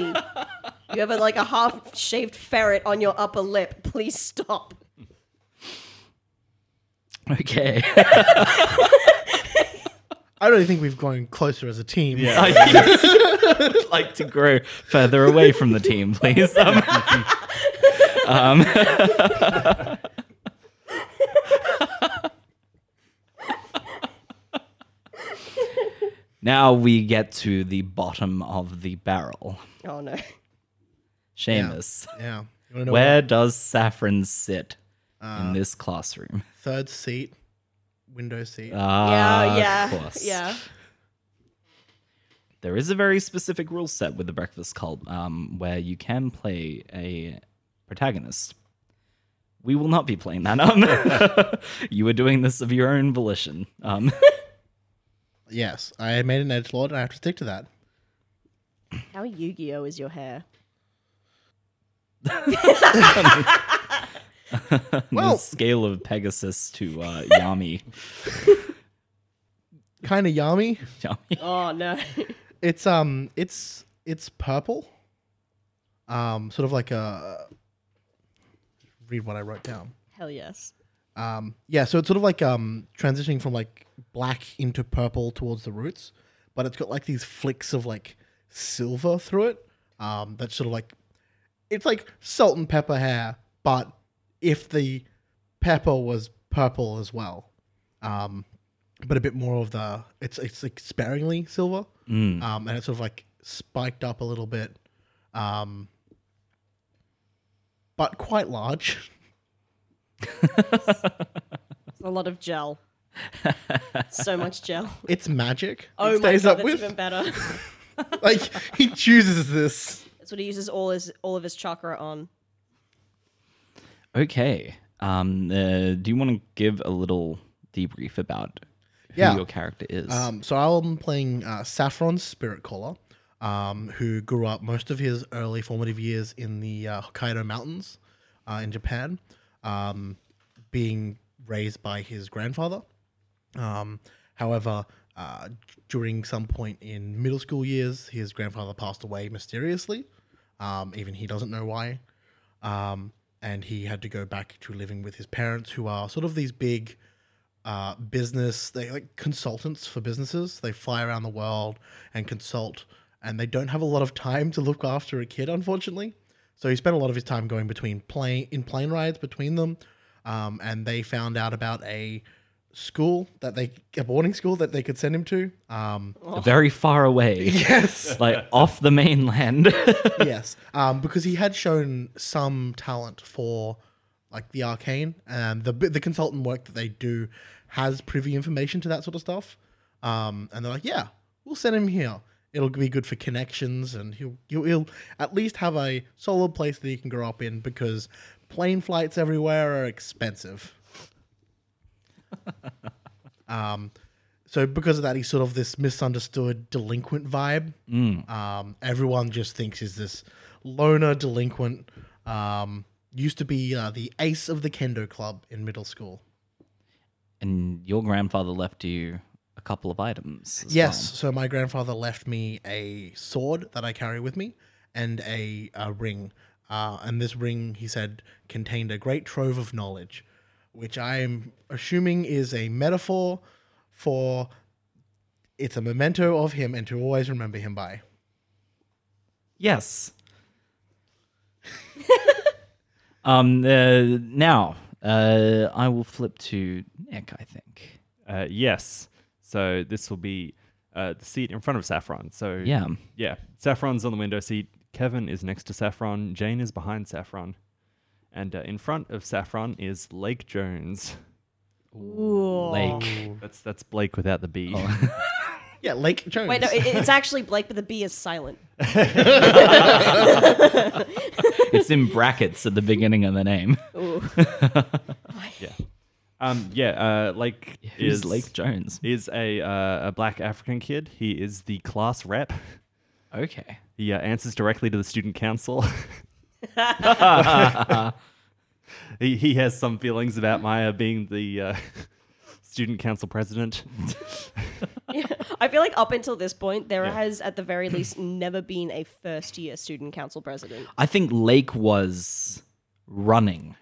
you have a, like a half shaved ferret on your upper lip. Please stop. Okay. I really think we've gone closer as a team. Yeah. I would like to grow further away from the team, please. Um, um, now we get to the bottom of the barrel. Oh no. Seamus, Yeah. You want to know where? where does Saffron sit in this classroom? Third seat, window seat. Ah, yeah, of yeah. course. Yeah. There is a very specific rule set with the Breakfast Cult um, where you can play a protagonist. We will not be playing that. Um, you are doing this of your own volition. Um, yes, I made an edge lord, and I have to stick to that. How Yu-Gi-Oh is your hair? on Well- the scale of Pegasus to uh, Yami. Kind of yummy. Yami. Oh no. It's um, it's it's purple. Um, sort of like a. Read what I wrote down. Hell yes. Um, yeah, so it's sort of like um, transitioning from like black into purple towards the roots, but it's got like these flicks of like silver through it. Um, that's sort of like it's like salt and pepper hair, but if the pepper was purple as well, um, but a bit more of the it's it's like sparingly silver, um, and it's sort of like spiked up a little bit, um, but quite large. It's a lot of gel. so much gel. It's magic. Oh it my stays god, up that's with. even better. like he chooses this. That's what he uses all his all of his chakra on. Okay. Um, uh, do you want to give a little debrief about who Yeah. your character is? Um, so I'm playing uh, Saffron Spirit Caller, um, who grew up most of his early formative years in the uh, Hokkaido Mountains uh, in Japan, um, being raised by his grandfather. Um, however, uh, during some point in middle school years, his grandfather passed away mysteriously. Um, even he doesn't know why. Um, and he had to go back to living with his parents, who are sort of these big uh, business, they like consultants for businesses. They fly around the world and consult, and they don't have a lot of time to look after a kid, unfortunately. So he spent a lot of his time going between plane in plane rides between them, um, and they found out about a school that they a boarding school that they could send him to. Um, Very far away. Yes, Like off the mainland. yes, um, because he had shown some talent for like the arcane and the the consultant work that they do has privy information to that sort of stuff. Um, and they're like, yeah, we'll send him here. It'll be good for connections, and he'll he'll, he'll at least have a solid place that he can grow up in because plane flights everywhere are expensive. so because of that, he's sort of this misunderstood delinquent vibe. Um, everyone just thinks he's this loner delinquent. Um, used to be uh, the ace of the kendo club in middle school. and your grandfather left you a couple of items. as Yes. So my grandfather left me a sword that I carry with me and a, a ring. Uh, and this ring, he said, contained a great trove of knowledge, which I'm assuming is a metaphor for it's a memento of him and to always remember him by. Yes. um. Uh, now, uh, I will flip to Nick. I think. Uh, yes. So this will be uh, the seat in front of Saffron. So Yeah. yeah. Saffron's on the window seat. Kevin is next to Saffron. Jane is behind Saffron, and uh, in front of Saffron is Lake Jones. Oh. Lake. That's that's Blake without the B. Oh. Yeah, Lake Jones. Wait, no, it, it's actually Blake, but the B is silent. it's in brackets at the beginning of the name. Ooh. Um, yeah, uh, Lake Who's is Lake Jones? is a uh, a black African kid. He is the class rep. Okay. He uh, answers directly to the student council. he, he has some feelings about Maya being the uh, student council president. I feel like up until this point, there Yeah. has, at the very least, never been a first year student council president. I think Lake was running.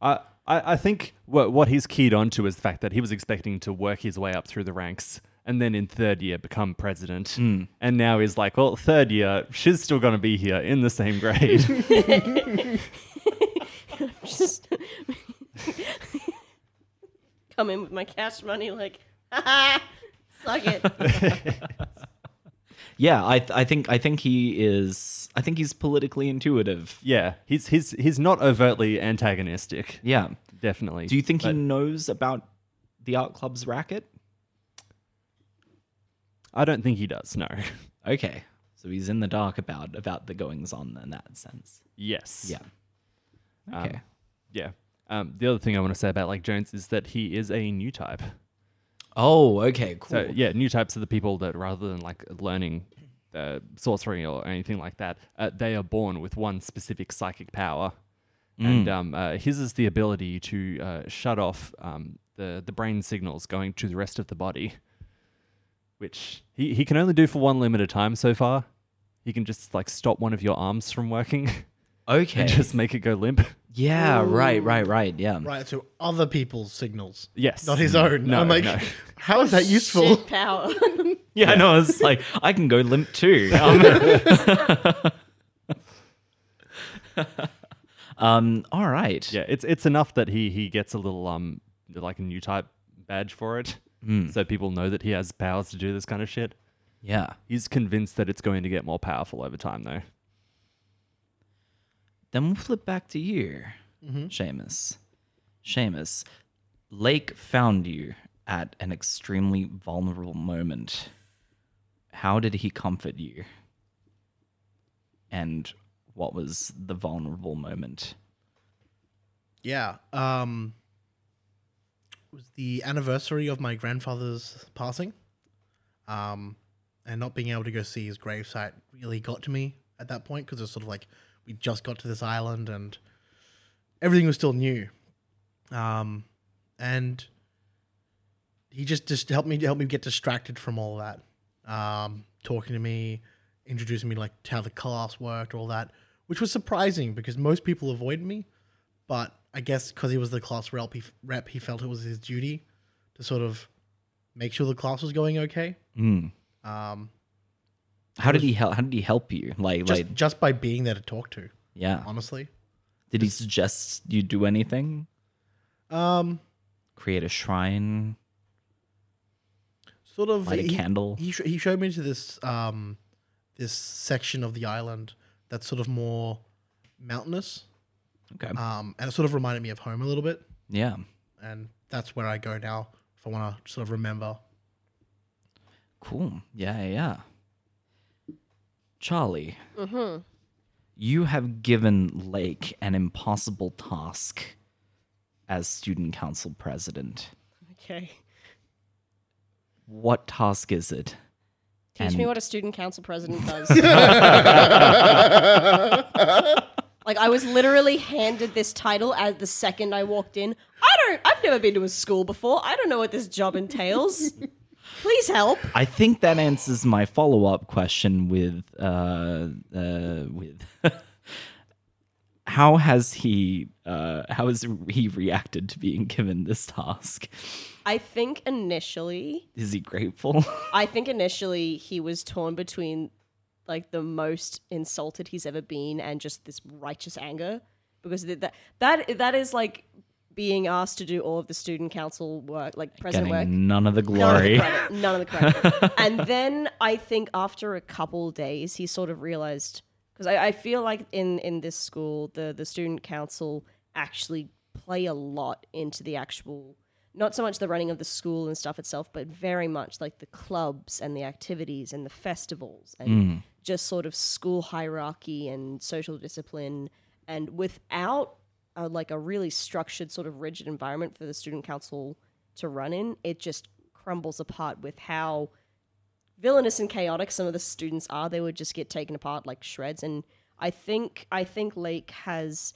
I, I, I think what, what he's keyed onto is the fact that he was expecting to work his way up through the ranks and then in third year become president. Hmm. And now he's like, well, third year, she's still going to be here in the same grade. Just come in with my cash money, like, "Ah, suck it. Yeah, I th- I think I think he is. I think he's politically intuitive. yeah, he's, he's, he's not overtly antagonistic, Yeah. definitely. Do you think he but knows about the art club's racket? I don't think he does, no. Okay. So he's in the dark about about the goings on in that sense. yes. Yeah. Um, Okay. Yeah. Um, the other thing I want to say about like Jones is that he is a new type. oh, okay, cool. So yeah, new types are the people that rather than like learning uh, sorcery or anything like that, uh, they are born with one specific psychic power, and um, uh, his is the ability to uh, shut off um, the the brain signals going to the rest of the body, which he, he can only do for one limited time so far. He can just like stop one of your arms from working Okay. and just make it go limp. yeah, right, right, right. Yeah. Right, so other people's signals. Yes. Not his own. No, I'm like, no. how is that useful? Oh, Shit power. Yeah, I know. It's like I can go limp too. um. All right. Yeah, it's it's enough that he he gets a little um like a new type badge for it, so people know that he has powers to do this kind of shit. Yeah. He's convinced that it's going to get more powerful over time, though. Then we'll flip back to you, Seamus. Seamus, Lake found you at an extremely vulnerable moment. How did he comfort you? And what was the vulnerable moment? Yeah. Um it was the anniversary of my grandfather's passing. Um and not being able to go see his gravesite really got to me at that point because it's sort of like we just got to this island and everything was still new. Um and he just just helped me help me get distracted from all that. Um talking to me, introducing me like to how the class worked, all that, which was surprising because most people avoid me but I guess because he was the class rep he, rep, he felt it was his duty to sort of make sure the class was going okay. Mm. Um, How did he help? How did he help you? Like, just like, just by being there to talk to, yeah. honestly. Did he suggest you do anything? Um, Create a shrine? sort of Light a he- candle. He, sh- he showed me to this um, this section of the island that's sort of more mountainous, Okay. um, and it sort of reminded me of home a little bit, yeah. and that's where I go now if I want to sort of remember. Cool. Yeah, yeah, yeah. Charlie, you have given Lake an impossible task as student council president. okay. What task is it? Teach And- me what a student council president does. like I was literally handed this title as the second I walked in. I don't. I've never been to a school before. I don't know what this job entails. Please help. I think that answers my follow up question with uh, uh, with how has he uh, how has he reacted to being given this task? I think initially, Is he grateful? I think initially he was torn between like the most insulted he's ever been and just this righteous anger because th- that that that is like being asked to do all of the student council work, like president work. Getting none of the None of the glory. credit. None of the credit. and then I think after a couple days, he sort of realized because I, I feel like in in this school, the the student council actually play a lot into the actual not so much the running of the school and stuff itself, but very much like the clubs and the activities and the festivals and just sort of school hierarchy and social discipline. And without a, like a really structured, sort of rigid environment for the student council to run in, it just crumbles apart with how villainous and chaotic some of the students are. They would just get taken apart like shreds. And I think I think Lake has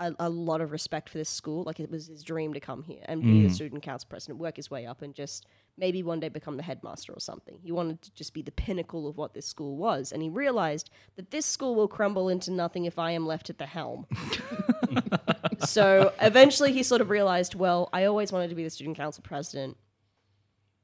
a, a lot of respect for this school. Like it was his dream to come here and be the student council president, work his way up, and just maybe one day become the headmaster or something. He wanted to just be the pinnacle of what this school was, and he realized that this school will crumble into nothing if I am left at the helm. so eventually, he sort of realized, well, I always wanted to be the student council president.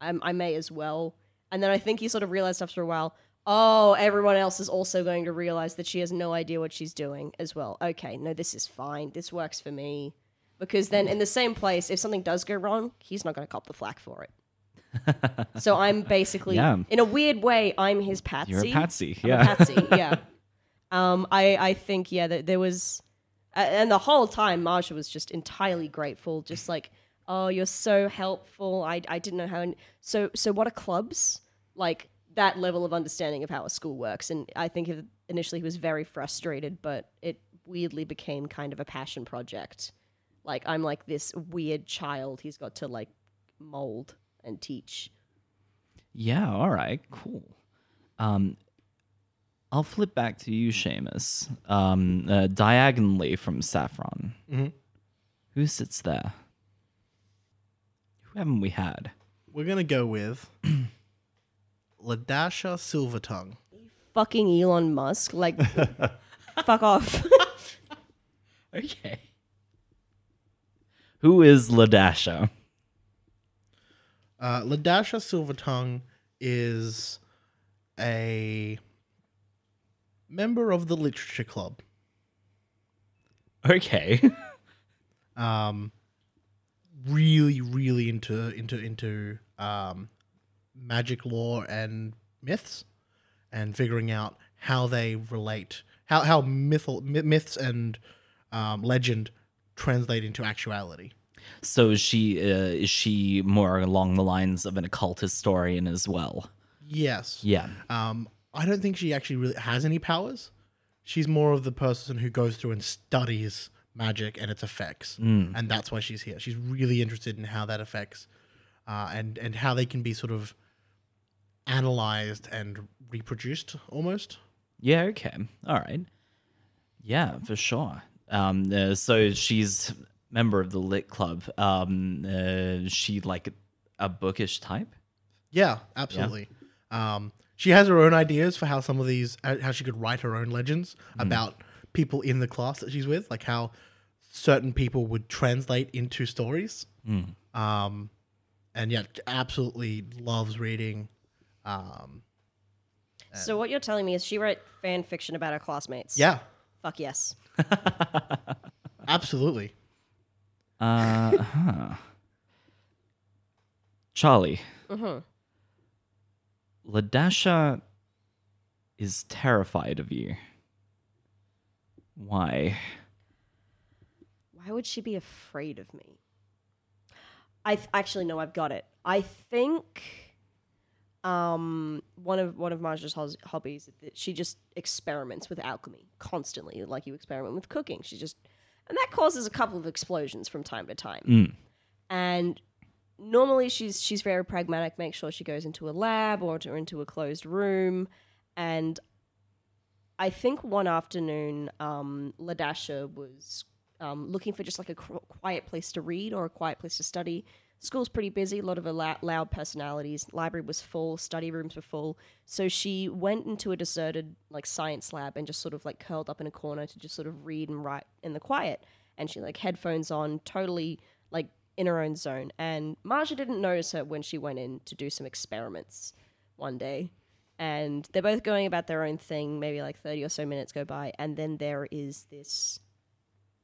I'm, I may as well. And then I think he sort of realized after a while, oh, everyone else is also going to realize that she has no idea what she's doing as well. Okay, no, this is fine. This works for me. Because then in the same place, if something does go wrong, he's not going to cop the flack for it. so I'm basically, Yeah. in a weird way, I'm his patsy. You're a patsy, I'm a yeah. patsy, yeah. Um, I, I think, yeah, that there was a- and the whole time marsha was just entirely grateful just like oh you're so helpful i, I didn't know how and so so what are clubs like that level of understanding of how a school works and i think if- initially he was very frustrated but it weirdly became kind of a passion project like i'm like this weird child he's got to like mold and teach Yeah, all right, cool. Um, I'll flip back to you, Seamus, um, uh, diagonally from Saffron. Who sits there? Who haven't we had? We're gonna go with Ladasha Silvertongue. fucking elon musk like fuck off Okay. Who is Ladasha? Uh, Ladasha Silvertongue is a member of the Literature Club. Okay. um, really, really into into into um, magic lore and myths, and figuring out how they relate, how how myth, my- myths and um, legend translate into actuality. so is she uh, is she more along the lines of an occult historian as well? Yes. Yeah. Um, I don't think she actually really has any powers. She's more of the person who goes through and studies magic and its effects, and that's why she's here. She's really interested in how that affects, uh, and and how they can be sort of analyzed and reproduced almost. Yeah, okay. All right. Yeah, for sure. Um, uh, so she's member of the lit club. Um, uh, she like a bookish type. Yeah, absolutely. Um, she has her own ideas for how some of these, uh, how she could write her own legends Hmm. about people in the class that she's with, like how certain people would translate into stories. Hmm. Um, and yeah, absolutely loves reading. Um, so what you're telling me is she wrote fan fiction about her classmates yeah, fuck yes absolutely. Uh uh-huh. huh. Charlie. Mm-hmm. Ladasha is terrified of you. Why? Why would she be afraid of me? I th- actually no, I've got it. I think um, one of one of Marja's hos- hobbies is that she just experiments with alchemy constantly, like you experiment with cooking. She just and that causes a couple of explosions from time to time. And normally she's she's very pragmatic. Make sure she goes into a lab or to, or into a closed room, and I think one afternoon, um, Ladasha was um, looking for just like a qu- quiet place to read or a quiet place to study. School's pretty busy, a lot of alou- loud personalities. Library was full, study rooms were full. So she went into a deserted like science lab and just sort of like curled up in a corner to just sort of read and write in the quiet. And she like headphones on, totally like in her own zone. And Marja didn't notice her when she went in to do some experiments one day and they're both going about their own thing. Maybe like 30 or so minutes go by, and then there is this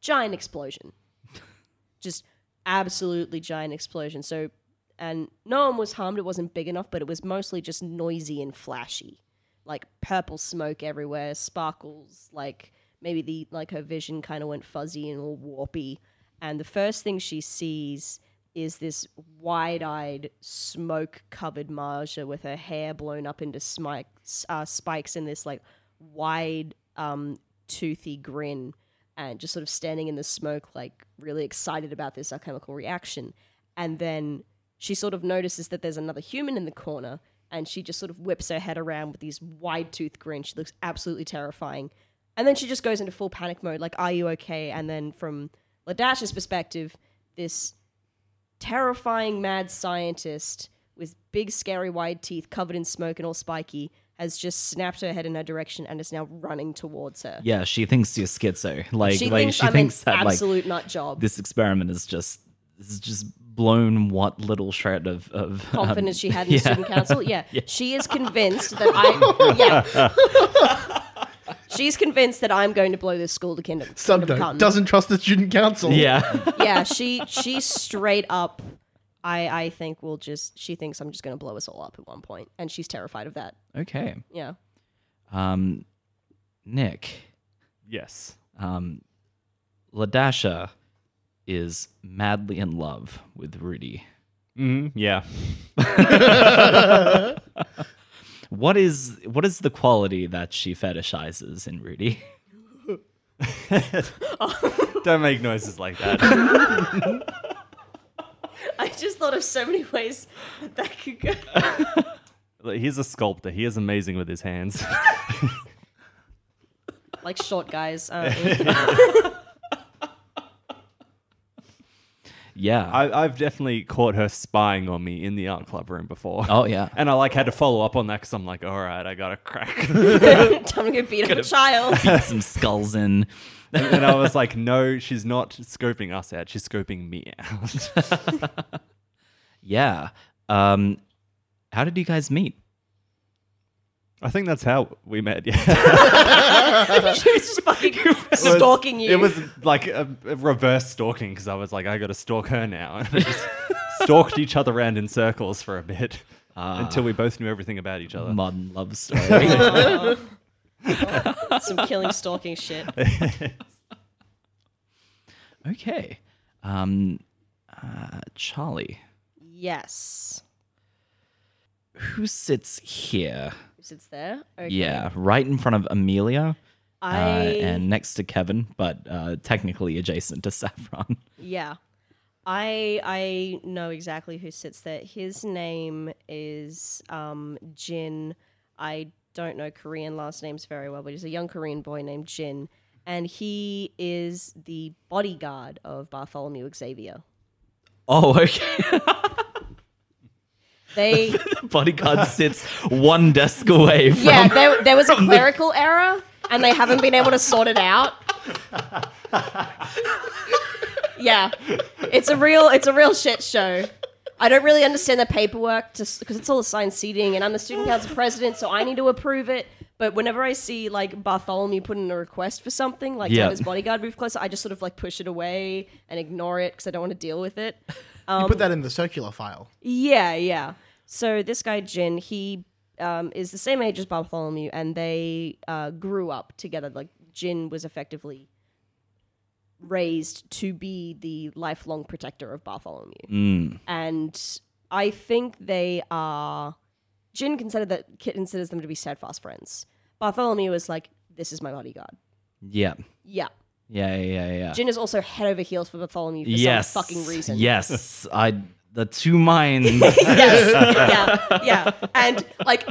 giant explosion. Just absolutely giant explosion. So, and no one was harmed. It wasn't big enough, but it was mostly just noisy and flashy. Like purple smoke everywhere, sparkles, like maybe the like her vision kind of went fuzzy and all warpy. And the first thing she sees is this wide-eyed, smoke-covered Marja with her hair blown up into spikes, uh, spikes in this like wide, um, toothy grin, and just sort of standing in the smoke, like really excited about this alchemical reaction. And then she sort of notices that there's another human in the corner and she just sort of whips her head around with these wide toothed grin. She looks absolutely terrifying. And then she just goes into full panic mode, like, are you okay? And then from Ladash's perspective, this terrifying mad scientist with big, scary, wide teeth covered in smoke and all spiky has just snapped her head in her direction and is now running towards her. Yeah, she thinks you're schizo. Like, She like thinks she I'm thinks an that like absolute nut job. this experiment is just is just blown what little shred of, of um, confidence she had in yeah. the student council. Yeah. She is convinced that I yeah. She's convinced that I'm going to blow this school to kingdom. Some kingdom don't. come. Doesn't trust the student council. Yeah. Yeah, she she straight up I I think will just she thinks I'm just going to blow us all up at one point and she's terrified of that. okay. Yeah. Um, Nick, Yes. um, Ladasha is madly in love with Rudy. Mm, yeah. What is what is the quality that she fetishizes in Rudy? Don't make noises like that. I just thought of so many ways that, that could go. Look, He's a sculptor. He is amazing with his hands. Like short guys. Uh, Yeah. I, I've definitely caught her spying on me in the art club room before. oh yeah. And I like had to follow up on that because I'm like, all right, I got a crack. time to go beat up a child. Beat some skulls in. and I was like, no, she's not scoping us out. She's scoping me out. Yeah. Um, how did you guys meet? I think that's how we met. Yeah. she was just fucking It was- stalking you. It was like a, a reverse stalking because I was like, I got to stalk her now. And we just stalked each other around in circles for a bit until we both knew everything about each other. Modern love story. some killing stalking shit. okay. Um, uh, Charlie, Yes. who sits here? Who sits there? Okay. Yeah, right in front of Amelia uh, I and next to Kevin, but uh, technically adjacent to Saffron. yeah. I I know exactly who sits there. His name is um Jin. I don't know Korean last names very well, but he's a young Korean boy named Jin. And he is the bodyguard of Bartholomew Xavier. Oh, okay. They Bodyguard sits one desk away from. Yeah, there, there was a clerical error, and they haven't been able to sort it out. yeah, it's a real it's a real shit show. I don't really understand the paperwork because it's all assigned seating, and I'm the student council president, so I need to approve it. But whenever I see like Bartholomew put in a request for something, like to Yeah. have his bodyguard move closer, I just sort of like push it away and ignore it because I don't want to deal with it. You put that in the circular file. Yeah, yeah. So this guy Jin, he um, is the same age as Bartholomew, and they uh, grew up together. Like Jin was effectively raised to be the lifelong protector of Bartholomew, Mm. and I think they are. Jin considered that considers them to be steadfast friends. Bartholomew is like, "This is my bodyguard." Yeah. Yeah. Yeah, yeah, yeah. yeah. Jin is also head over heels for Bartholomew for yes. some fucking reason. Yes. I. The two minds. yes, yeah, yeah, and like,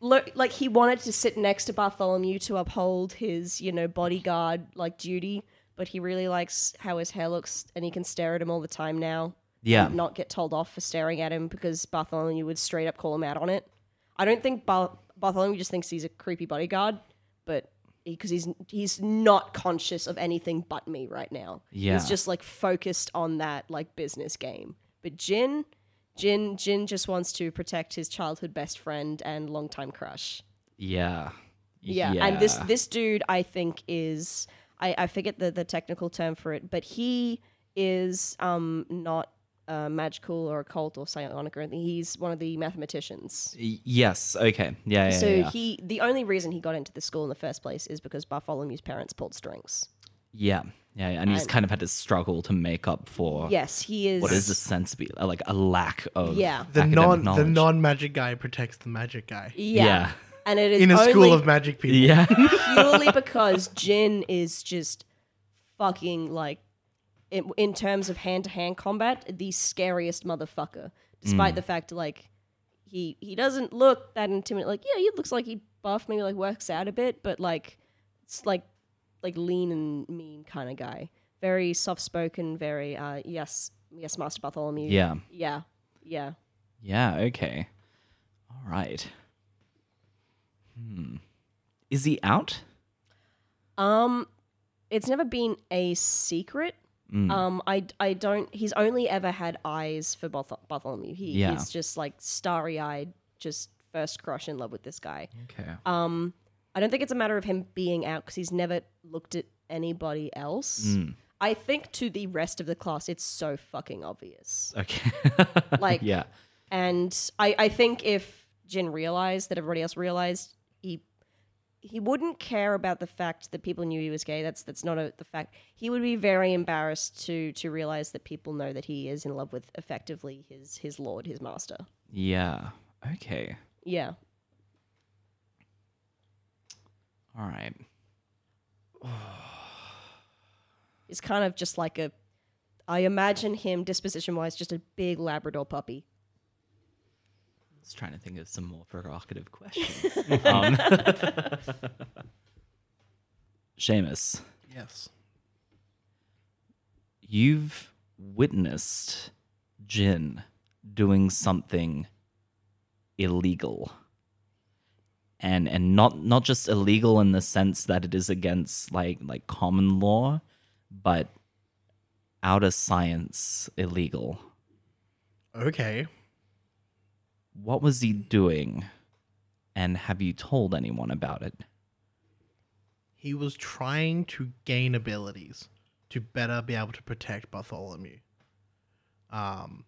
look, like he wanted to sit next to Bartholomew to uphold his, you know, bodyguard like duty, but he really likes how his hair looks, and he can stare at him all the time now. Yeah. and not get told off for staring at him because Bartholomew would straight up call him out on it. I don't think Bar- Bartholomew just thinks he's a creepy bodyguard, but because he's he's not conscious of anything but me right now. Yeah. he's just like focused on that like business game. But Jin, Jin, Jin just wants to protect his childhood best friend and longtime crush. yeah. Yeah. And this this dude I think is I, I forget the, the technical term for it, but he is um not uh, magical or occult or psionic or anything. He's one of the mathematicians. Y- Yes. Okay. Yeah. Yeah. So yeah. he the only reason he got into the school in the first place is because Bartholomew's parents pulled strings. yeah. Yeah. yeah. And he's kind of had to struggle to make up for Yes, he is what is a sense be uh, like a lack of Yeah. The academic non knowledge. the non magic guy protects the magic guy Yeah. Yeah. And it is in a only school of magic people. yeah. purely because Jin is just fucking like in, in terms of hand to hand combat the scariest motherfucker. despite the fact like he he doesn't look that intimidating. Like yeah, he looks like he buff, maybe like works out a bit, but like it's like like lean and mean kind of guy. Very soft spoken. Very uh yes yes Master Bartholomew. Yeah. yeah yeah. Yeah, okay. All right. Hmm. Is he out? Um, it's never been a secret. Um, I I don't. He's only ever had eyes for Barth- Bartholomew. He, Yeah. He's just like starry eyed, just first crush in love with this guy. Okay. Um, I don't think it's a matter of him being out because he's never looked at anybody else. I think to the rest of the class, it's so fucking obvious. okay. Like, yeah. and I, I think if Jin realized that everybody else realized, he he wouldn't care about the fact that people knew he was gay. That's that's not a, the fact. He would be very embarrassed to to realize that people know that he is in love with effectively his his lord, his master. Yeah. Okay. Yeah. All right. It's kind of just like a I imagine him disposition wise just a big Labrador puppy. I was trying to think of some more provocative questions. um, Seamus, Yes. you've witnessed Jin doing something illegal. And and not not just illegal in the sense that it is against like like common law, but out of science illegal. Okay. What was he doing? And have you told anyone about it? He was trying to gain abilities to better be able to protect Bartholomew. Um,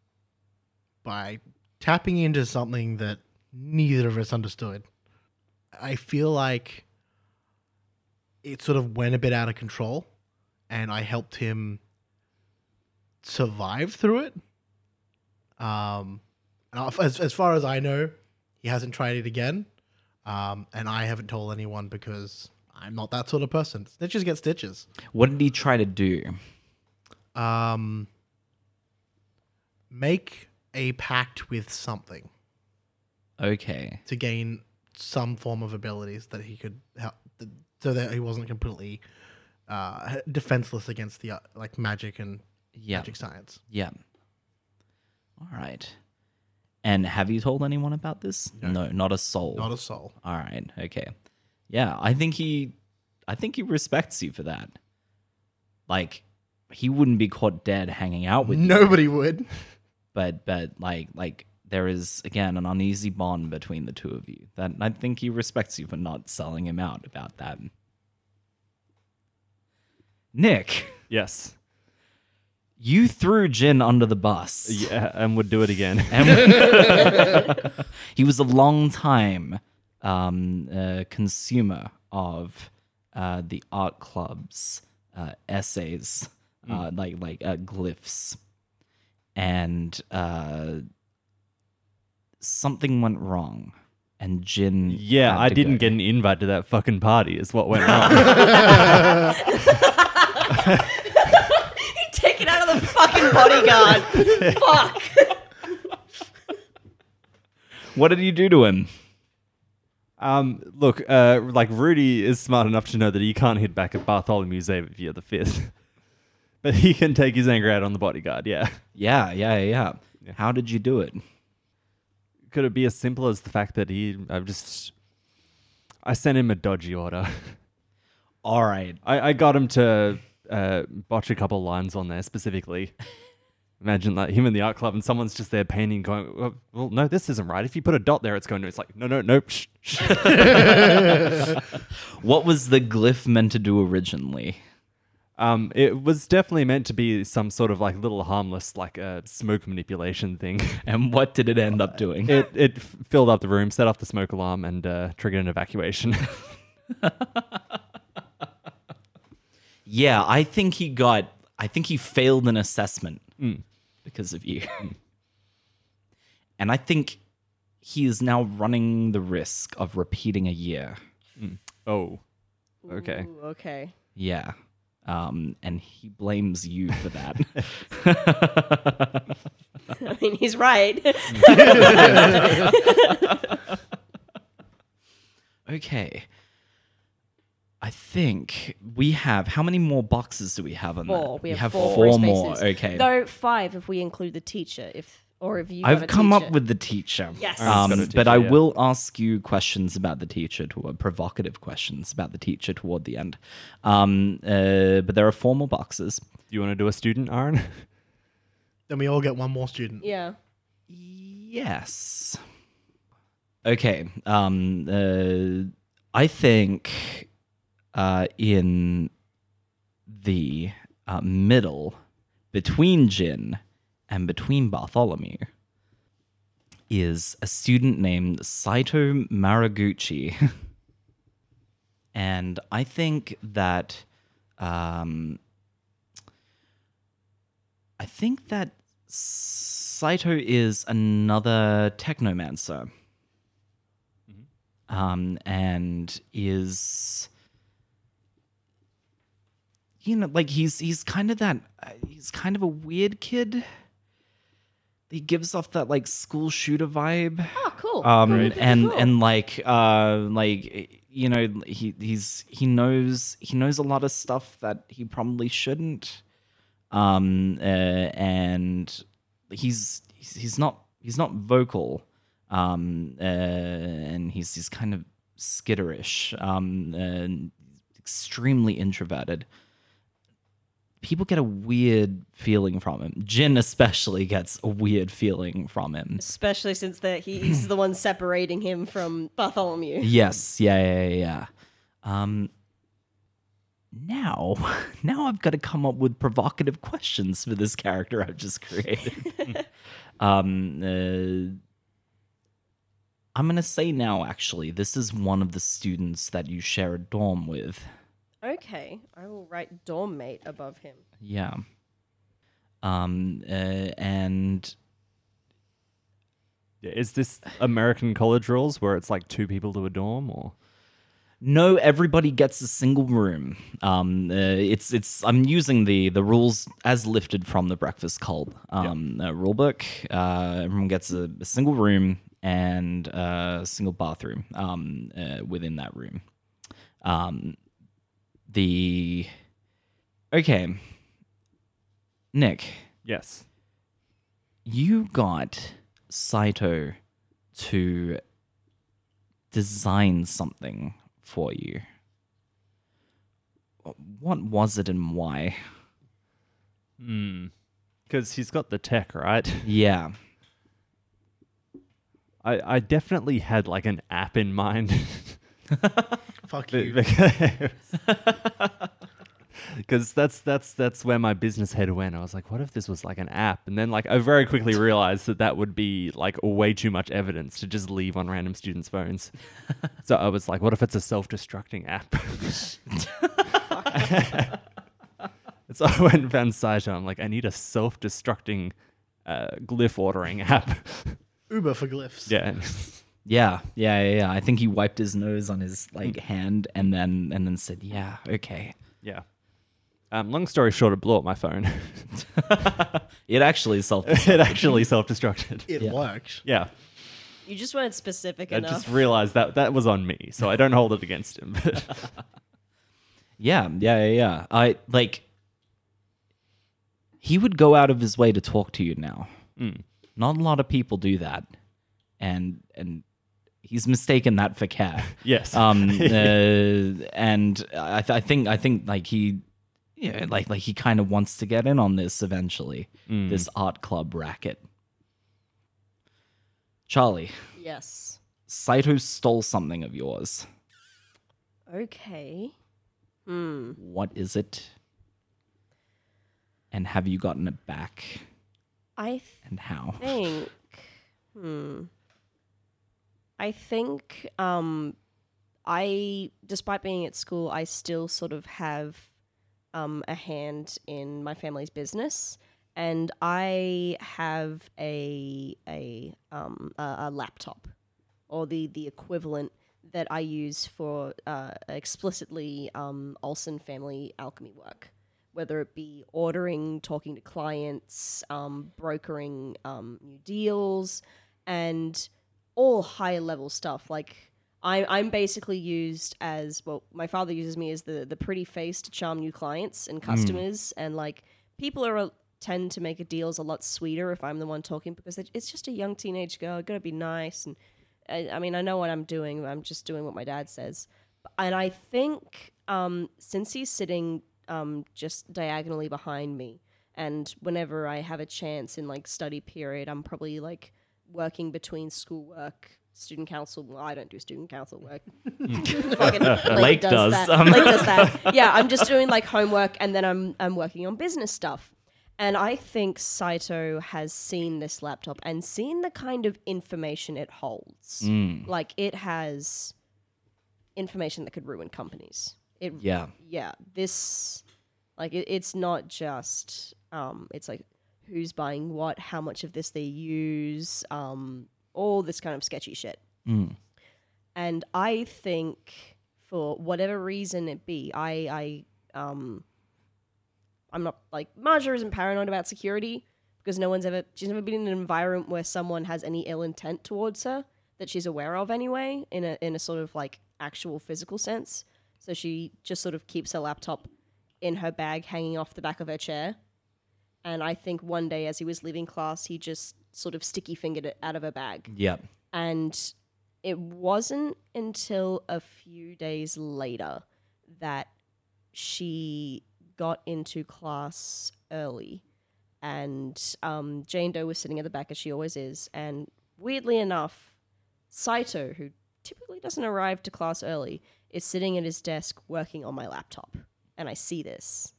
by tapping into something that neither of us understood. I feel like it sort of went a bit out of control, and I helped him survive through it. Um, and I- as, as far as I know, he hasn't tried it again, um, and I haven't told anyone because I'm not that sort of person. Snitches get stitches. What did he try to do? Um, make a pact with something. Okay. to gain some form of abilities that he could help, so that he wasn't completely uh, defenseless against the uh, like magic and Yeah. magic science. Yeah. All right. And have you told anyone about this? No, not a soul. Not a soul. All right. Okay. Yeah, I think he I think he respects you for that. Like he wouldn't be caught dead hanging out with you, Nobody would. but but like like there is again an uneasy bond between the two of you. That I think he respects you for not selling him out about that. Nick, Yes. you threw Jin under the bus. Yeah, and would do it again. And- he was a long time um, uh, consumer of uh, the art club's uh, essays, uh, like like uh, glyphs, and uh, something went wrong, and Jin. Yeah, had I to go. didn't get an invite to that fucking party. Is what went wrong. Take it out of the fucking bodyguard. Fuck. What did you do to him? um, look, uh, like Rudy is smart enough to know that he can't hit back at Bartholomew Xavier the Fifth, but he can take his anger out on the bodyguard. Yeah. Yeah, yeah, yeah. How did you do it? Could it be as simple as the fact that he? I've just. I sent him a dodgy order. All right. I, I got him to uh, botch a couple lines on there specifically. Imagine like him in the art club and someone's just there painting, going, "Well, well, no, this isn't right. If you put a dot there, it's going to." It's like, no, no, no. Shh, shh. What was the glyph meant to do originally? Um, it was definitely meant to be some sort of like little harmless, like uh, smoke manipulation thing. And what did it end up doing? it it f- filled up the room, set off the smoke alarm, and uh, triggered an evacuation. Yeah, I think he got. I think he failed an assessment because of you. and I think he is now running the risk of repeating a year. oh, okay. Ooh, okay. Yeah. Um, and he blames you for that. I mean, he's right. Okay. I think we have how many more boxes do we have on four. that? We have, four, four more. spaces. Okay. Though five if we include the teacher, if or if you. have I've a come teacher. up with the teacher. Yes. Um, Got a but teacher, I yeah. will ask you questions about the teacher, toward, provocative questions about the teacher toward the end. Um, uh, but there are four more boxes. you want to do a student, Aaron? Then we all get one more student. Yeah. Yes. Okay. Um, uh, I think uh, in the uh, middle between Jin and between Bartholomew is a student named Saito Maraguchi. and I think that. Um, I think that Saito is another technomancer. Um, and is you know like he's he's kind of that uh, he's kind of a weird kid. He gives off that like school shooter vibe Oh, cool. um Pretty and cool. and like uh like you know he he's he knows he knows a lot of stuff that he probably shouldn't um uh, and he's he's he's not he's not vocal um uh, and he's he's kind of skitterish um and extremely introverted people get a weird feeling from him jin especially gets a weird feeling from him especially since that he's the one separating him from Bartholomew. Yes, yeah, yeah, yeah, yeah. Um, now, now I've got to come up with provocative questions for this character I've just created. um, uh, I'm gonna say now. Actually, this is one of the students that you share a dorm with. Okay, I will write dorm mate above him. Yeah. Um, uh, and Yeah, Is this American college rules where it's like two people to a dorm or? No, everybody gets a single room. Um, uh, it's it's. I'm using the the rules as lifted from the Breakfast Cult um, uh, rulebook. Uh, everyone gets a, a single room and a single bathroom um, uh, within that room. Um, the okay, Nick, Yes. you got Saito to design something for you. What was it and why? Because he's got the tech, right? Yeah. I, I definitely had like an app in mind. Fuck you. because that's that's that's where my business head went. I was like, what if this was like an app? And then like I very quickly realized that that would be like way too much evidence to just leave on random students' phones. so I was like, what if it's a self-destructing app? so I went and found Saito. I'm like, I need a self-destructing uh, glyph ordering app. Uber for glyphs. yeah. Yeah, yeah, yeah, yeah. I think he wiped his nose on his like hand and then and then said, "Yeah, okay." Yeah. Um, long story short, it blew up my phone. It actually is self it actually self-destructed. It Yeah. worked. Yeah. You just weren't specific I enough. just realized that that was on me, so I don't hold it against him. But Yeah, yeah, yeah, yeah. I like he would go out of his way to talk to you now. Not a lot of people do that. And and he's mistaken that for care. yes, Um uh, and I, th- I think I think like he yeah, like like he kind of wants to get in on this eventually. This art club racket. Charlie, yes. Saito stole something of yours. Okay. Hmm. What is it? And have you gotten it back? I And how? think. hmm. I think. Um, I, despite being at school, I still sort of have um, a hand in my family's business, and I have a a um, a, a laptop or the the equivalent that I use for uh, explicitly um, Olsen family alchemy work, whether it be ordering, talking to clients, um, brokering um, new deals, and all high level stuff. Like I, I'm basically used as well. My father uses me as the the pretty face to charm new clients and customers, and like people are. Tend to make a deals a lot sweeter if I'm the one talking because it- it's just a young teenage girl. Gotta be nice, and I, I mean I know what I'm doing. but I'm just doing what my dad says and I think um, since he's sitting um, just diagonally behind me, and whenever I have a chance in like study period, I'm probably like working between schoolwork, student council. Well, I don't do student council work. Fucking Lake does, That. um. Lake does that. Yeah, I'm just doing like homework, and then I'm I'm working on business stuff. And I think Saito has seen this laptop and seen the kind of information it holds. Like it has information that could ruin companies. It Yeah. yeah. This like it, it's not just um, it's like who's buying what, how much of this they use, um, all this kind of sketchy shit. And I think for whatever reason it be, I I um, I'm not like Marja isn't paranoid about security because no one's ever she's never been in an environment where someone has any ill intent towards her that she's aware of anyway in a in a sort of like actual physical sense. So she just sort of keeps her laptop in her bag hanging off the back of her chair. And I think one day as he was leaving class, he just sort of sticky fingered it out of her bag. Yeah. And it wasn't until a few days later that she got into class early. And um, Jane Doe was sitting at the back, as she always is. And weirdly enough, Saito, who typically doesn't arrive to class early, is sitting at his desk working on my laptop. And I see this.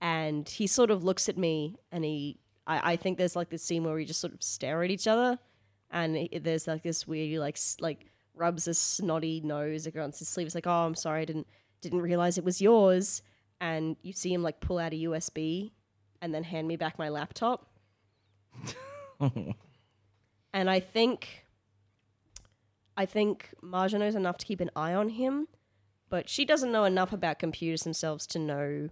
And he sort of looks at me, and he, I, I think there's like this scene where we just sort of stare at each other and it- there's like this weird he, like s- like rubs his snotty nose against his sleeve. It's like, oh, I'm sorry, I didn't didn't realize it was yours. And you see him like pull out a USB and then hand me back my laptop. and I think I think Marja knows enough to keep an eye on him, but she doesn't know enough about computers themselves to know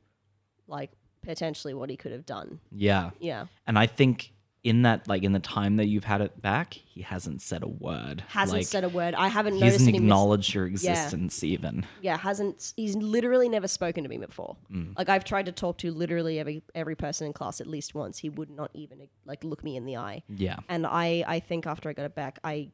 like potentially what he could have done. Yeah. Yeah. And I think in that, like, in the time that you've had it back, he hasn't said a word. Hasn't Like, said a word. I haven't He noticed hasn't any mis- acknowledged your existence even. yeah hasn't he's literally never spoken to me before like i've tried to talk to literally every every person in class at least once he would not even like look me in the eye Yeah. and i i think after i got it back i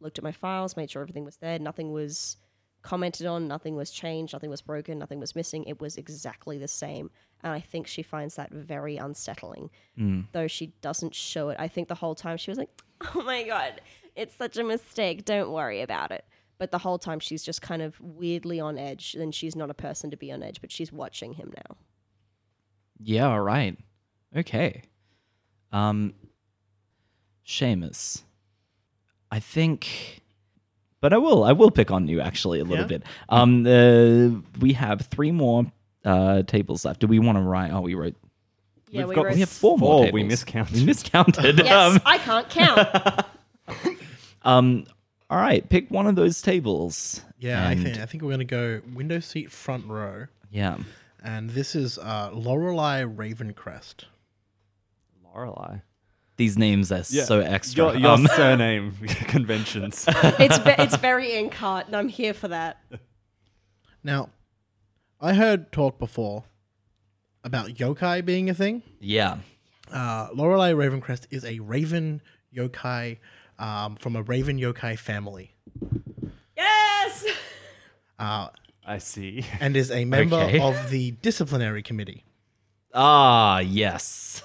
looked at my files made sure everything was there nothing was commented on nothing was changed nothing was broken nothing was missing it was exactly the same and i think she finds that very unsettling Hmm. though she doesn't show it i think the whole time she was like oh my god it's such a mistake don't worry about it but the whole time she's just kind of weirdly on edge and she's not a person to be on edge but she's watching him now Yeah, all right. Okay. Um Seamus. I think but I will I will pick on you actually a little Yeah? bit. Um uh, we have three more uh tables left. Do we want to write oh we wrote yeah We've got- wrote- we have four more Four, we tables. miscounted. We miscounted. yes um, i can't count um all right, pick one of those tables. Yeah, I And- think I think we're gonna go window seat front row, Yeah. and this is uh, Lorelei Ravencrest. Lorelei. These names are so extra. Your, your Um, surname conventions. it's ve- it's very in cart, and I'm here for that. Now, I heard talk before about yokai being a thing. yeah. Uh, Lorelei Ravencrest is a raven yokai um, from a raven yokai family, Yes. I see. and is a member Okay. of the disciplinary committee. Ah, yes.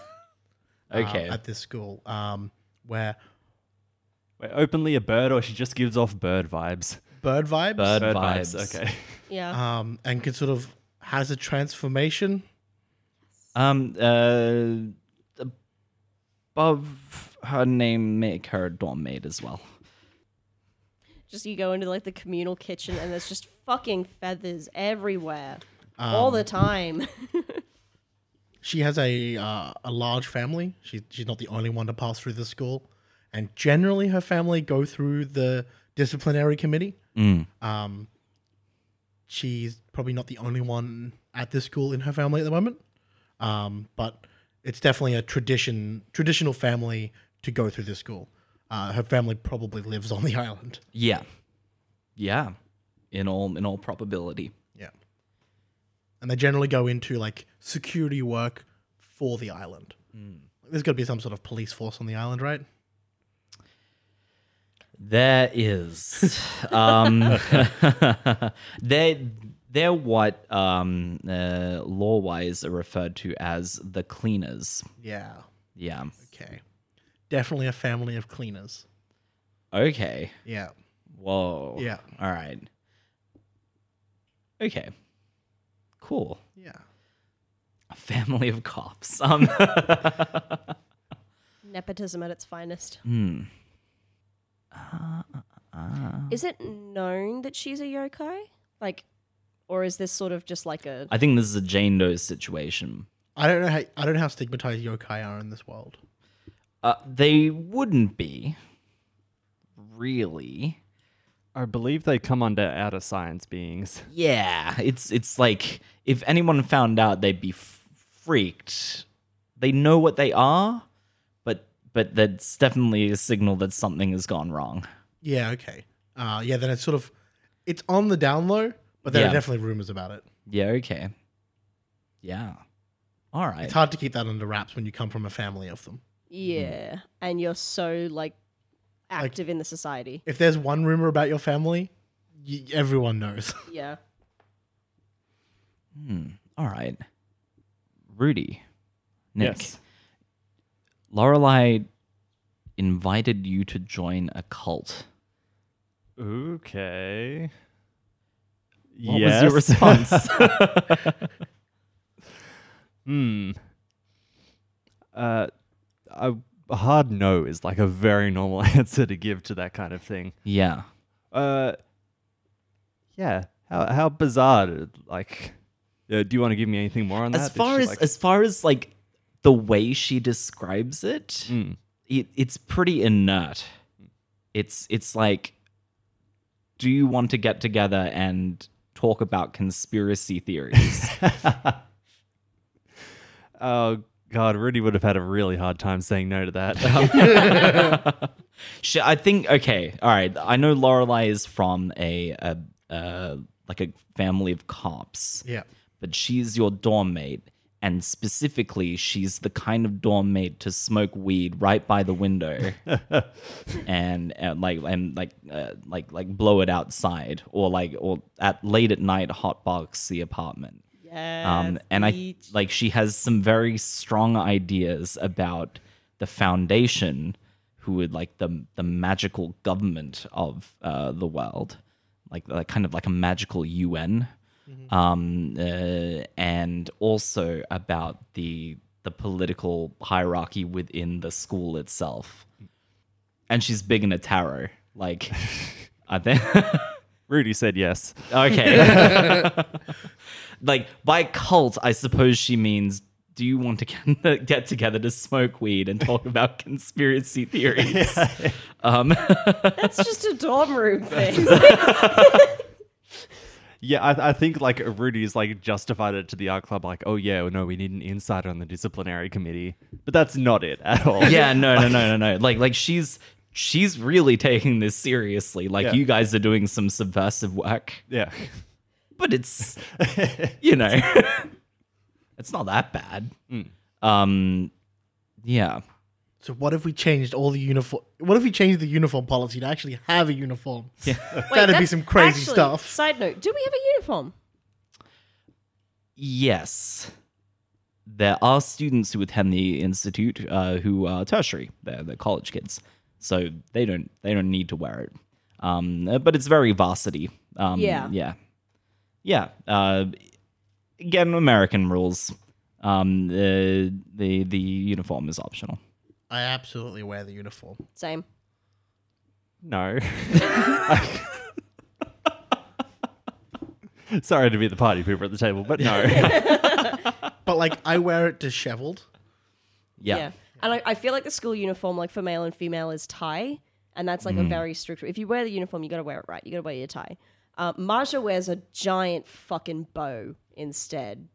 Ah, uh, Okay. at this school, um, where Wait, openly a bird, or she just gives off bird vibes. bird vibes Bird Bird vibes. Okay. Yeah. um, and can sort of has a transformation. Um, uh, above her name, make her dorm maid as well. just you go into like the communal kitchen, and there's just fucking feathers everywhere, Um, all the time. She has a uh, a large family. She she's not the only one to pass through the school, and generally her family go through the disciplinary committee. Um, she's probably not the only one at this school in her family at the moment. Um, but it's definitely a tradition, traditional family to go through this school. Uh, her family probably lives on the island. Yeah. Yeah. In all in all probability. Yeah. And they generally go into like security work for the island. There's got to be some sort of police force on the island, right? There is. um, they're, they're what um, uh, law wise are referred to as the cleaners. Yeah. Yeah. Okay. Definitely a family of cleaners. Okay. Yeah. Whoa. Yeah. All right. Okay. Cool. Yeah. A family of cops. Um, Nepotism at its finest. hmm. Uh, Is it known that she's a yokai? Like, or is this sort of just like a. I think this is a Jane Doe situation. I don't know how I don't know how stigmatized yokai are in this world. Uh, they wouldn't be, really. I believe they come under outer science beings. Yeah, it's it's like if anyone found out, they'd be f- freaked. They know what they are, but but that's definitely a signal that something has gone wrong. Yeah, okay. Uh, yeah, then it's sort of it's on the down low, but there Yeah. are definitely rumors about it. Yeah. Okay. Yeah. All right. It's hard to keep that under wraps when you come from a family of them. Yeah. And you're so, like, active in the society. If there's one rumor about your family, y- everyone knows. Yeah. All right. Rudy, Nick, Yes. Lorelai invited you to join a cult. Okay. What was your response? Hmm. Uh, a a hard no is like a very normal answer to give to that kind of thing. yeah. Uh, yeah. How how bizarre? Like, uh, do you want to give me anything more on that? as Did far she, as like- as far as like the way she describes it, Mm. it it's pretty inert. It's it's like, do you want to get together and talk about conspiracy theories? oh god, Rudy would have had a really hard time saying no to that. Um, She, I think okay, all right. I know Lorelai is from a, a uh, like a family of cops, yeah. but she's your dorm mate, and specifically, she's the kind of dorm mate to smoke weed right by the window, and, and like and like uh, like like blow it outside, or like or at late at night hotbox the apartment. Uh. Yeah. Um, and I like she has some very strong ideas about the foundation, who would like the the magical government of uh, the world, like like kind of like a magical UN, um, uh, and also about the the political hierarchy within the school itself. And she's big into tarot, like I think. Rudy said yes. Okay. like by cult, I suppose she means do you want to get- get together to smoke weed and talk about conspiracy theories? Um, That's just a dorm room thing. Yeah, I, I think like Rudy's like justified it to the art club, like, oh yeah, no, we need an insider on the disciplinary committee, but that's not it at all. yeah, no, no, no, no, no. Like, like she's she's really taking this seriously. Like, Yeah. you guys are doing some subversive work, yeah, but it's you know, it's not that bad. Um, yeah. So what if we changed all the uniform? What if we changed the uniform policy to actually have a uniform? Yeah. Wait, That'd be that's- some crazy actually, stuff. Side note: Do we have a uniform? Yes. There are students who attend the institute uh, who are tertiary. They're, they're college kids, so they don't they don't need to wear it. Um, uh, but it's very varsity. Um, Yeah. yeah, yeah. Uh, again, American rules. Um, the the the uniform is optional. I absolutely wear the uniform. Same. no. Sorry to be the party pooper at the table, but no. But like I wear it disheveled. Yeah. And I, I feel like the school uniform, like for Mm. male and female, is tie, and that's like a very strict. If you wear the uniform, you got to wear it right. You got to wear your tie. Uh, Marja wears a giant fucking bow instead,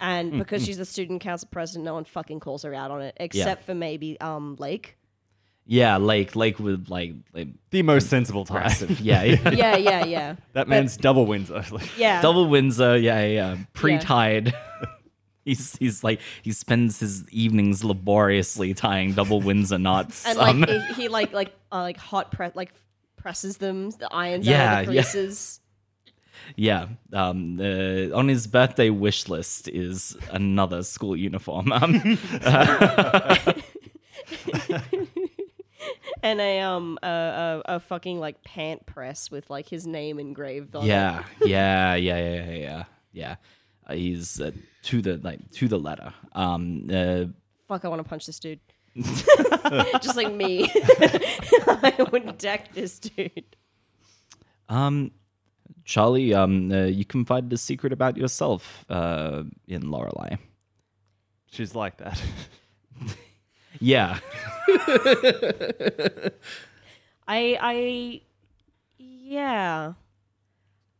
and because she's the student council president, no one fucking calls her out on it, except for maybe um Lake. Yeah, Lake Lake would like, like The most sensible time. aggressive. Yeah, Yeah, yeah, yeah, that man's double Windsor. yeah. double Windsor. Yeah, yeah, yeah. pre-tied. He's, he's like he spends his evenings laboriously tying double Windsor knots. and um, like he, he like like uh, like hot press like presses them the irons out Yeah, of the yeah. creases. yeah, um, uh, on his birthday wish list is another school uniform. Um, and a um a, a, a fucking like pant press with like his name engraved on yeah, yeah, yeah, yeah, yeah, yeah. yeah. Uh, he's uh, to the like to the letter. Um, uh, it. Fuck, I want to punch this dude. Just like me, I would deck this dude. Um, Charlie, um, uh, you confided a secret about yourself uh, in Lorelai. She's like that. Yeah, I I yeah.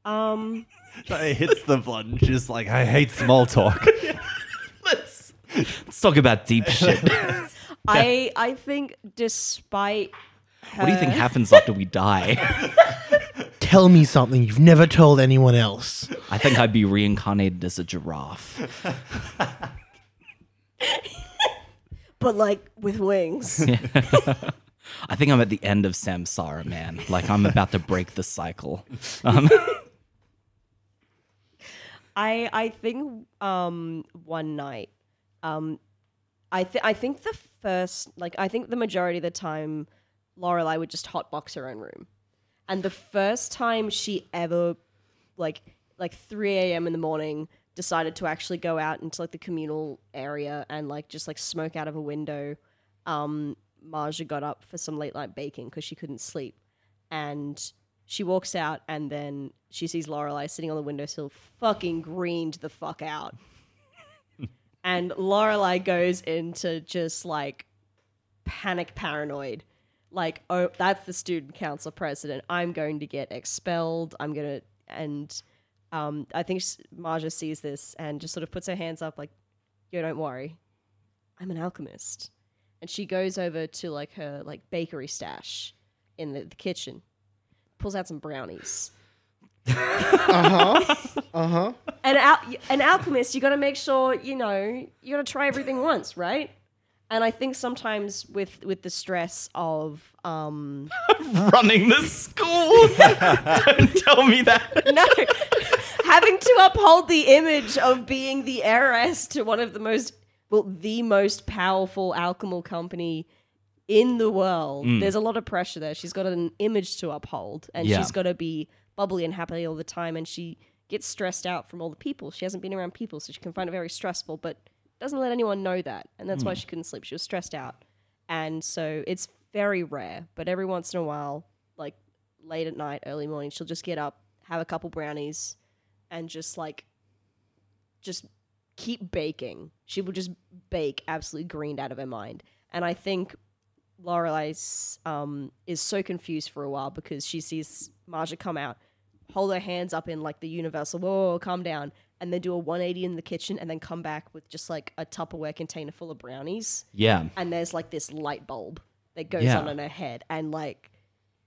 Um, it hits the button. She's like, I hate small talk. let's talk about deep shit. I I think despite her, What do you think happens after we die? Tell me something you've never told anyone else. I think I'd be reincarnated as a giraffe. but like with wings. I think I'm at the end of Samsara, man. Like I'm about to break the cycle. Um, I I think um one night um I th- I think the first like I think the majority of the time Lorelai would just hotbox her own room, and the first time she ever like like 3 a.m. in the morning decided to actually go out into like the communal area and like just like smoke out of a window. Um, Marja got up for some late night baking because she couldn't sleep, and she walks out and then she sees Lorelai sitting on the windowsill, fucking greened the fuck out. and Lorelai goes into just like panic paranoid. Like, oh, that's the student council president. I'm going to get expelled. I'm going to. And um, I think s- Marja sees this and just sort of puts her hands up, like, yo, don't worry. I'm an alchemist. And she goes over to like her like bakery stash in the, the kitchen, pulls out some brownies. Uh huh. Uh huh. an al- an alchemist, you got to make sure you know you got to try everything once, right? And I think sometimes with with the stress of um running the school. Don't tell me that. no having to uphold the image of being the heiress to one of the most well the most powerful alchemical company in the world. There's a lot of pressure there. She's got an image to uphold and Yeah. she's got to be bubbly and happy all the time and she gets stressed out from all the people. She hasn't been around people so she can find it very stressful but doesn't let anyone know that and that's why she couldn't sleep. She was stressed out. And so it's very rare, but every once in a while, like late at night, early morning, she'll just get up, have a couple brownies and just like just keep baking. She will just bake absolutely greened out of her mind. And I think Lorelai um, is so confused for a while because she sees Marja come out, hold her hands up in like the universal, whoa, whoa, whoa, calm down, and then do a 180 in the kitchen and then come back with just like a Tupperware container full of brownies. Yeah, And there's like this light bulb that goes Yeah. on in her head and like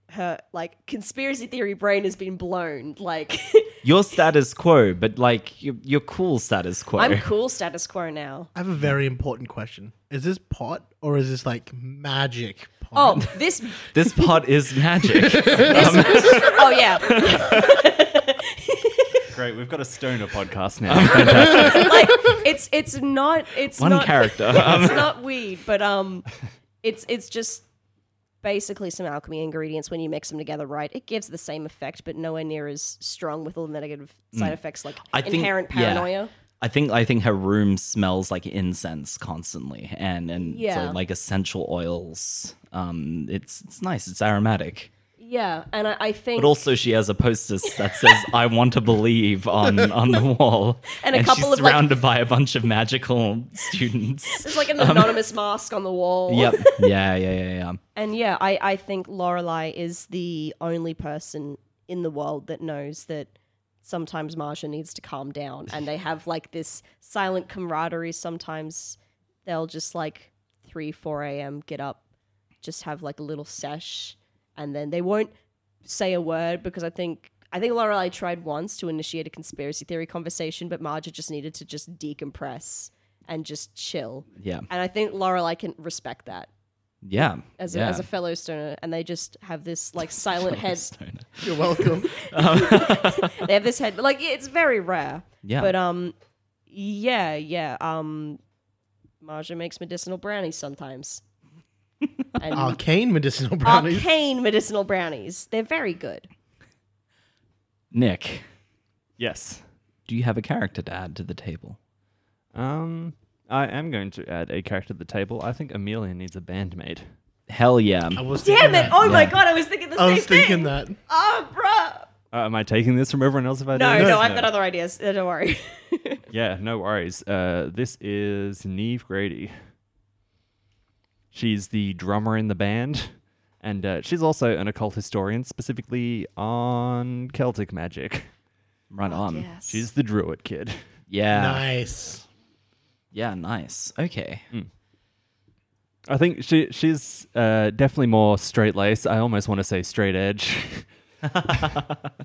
her like conspiracy theory brain has been blown like your status quo, but like your, your cool status quo. i'm cool status quo now I have a very important question. Is this pot or is this like magic Oh, pot? this. This pot is magic. oh yeah. Great, we've got a stoner podcast now. Like it's it's not it's Um, One not character. it's not weed, but um, it's it's just basically some alchemy ingredients. When you mix them together right, it gives the same effect, but nowhere near as strong with all the negative side effects like Hmm. I think- inherent yeah. paranoia. I think I think her room smells like incense constantly, and and so, Yeah. like essential oils. Um, it's it's nice. It's aromatic, Yeah, and I, I think but also she has a poster s- that says "I want to believe" on on the wall, And a couple she's of, like- surrounded by a bunch of magical students. there's like an anonymous mask on the wall. yep. Yeah. Yeah. Yeah. Yeah. And yeah, I, I think Lorelai is the only person in the world that knows that sometimes Marsha needs to calm down, and they have like this silent camaraderie. Sometimes they'll just like three, four a.m. get up, just have like a little sesh, and then they won't say a word because I think I think Lorelai tried once to initiate a conspiracy theory conversation, but Marja just needed to just decompress and just chill. Yeah. And I think Lorelai can respect that Yeah. as yeah. a, as a fellow stoner, and they just have this like silent head. Stoner. Oh. You're welcome. They have this head, but, like yeah, it's very rare. Yeah. But um, yeah, yeah. Um, Marja makes medicinal brownies sometimes. And Arcane medicinal brownies. arcane medicinal brownies. They're very good. Nick, Yes. do you have a character to add to the table? Um, I am going to add a character to the table. I think Amelia needs a bandmate. Hell yeah. I was Damn thinking it! that. Oh my Yeah. god, I was thinking the I same was thinking thing. that. Oh, bruh. Uh, am I taking this from everyone else if I No, do? no, I've got other ideas. Uh, Don't worry. Yeah, no worries. Uh, this is Neve Grady. She's the drummer in the band, and uh, she's also an occult historian, specifically on Celtic magic. Right on. She's the druid kid. Ah. Yeah. Nice. Yeah, nice. Okay. I think she she's uh, definitely more straight laced. I almost want to say straight edge,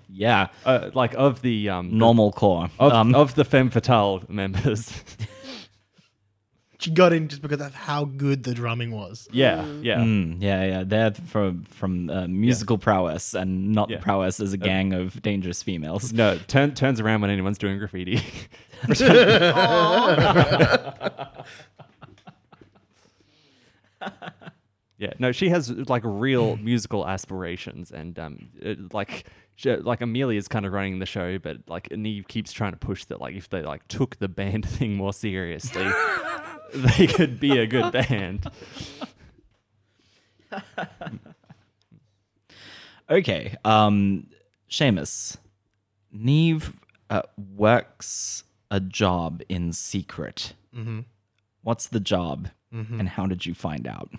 Yeah. uh, like of the um, Normal core. of, um, of the femme fatale members. She got in just because of how good the drumming was. yeah, yeah. mm, yeah, yeah. They're from from uh, musical prowess and not Yeah. prowess as a gang of dangerous females. No, turn, turns around when anyone's doing graffiti. yeah, no, she has like real musical aspirations, and um, it, like she, like Amelia's kind of running the show, but like Neve keeps trying to push that like if they like took the band thing more seriously, they could be a good band. Okay. Um, Seamus, Neve uh, works a job in secret. Mm-hmm. What's the job, and how did you find out?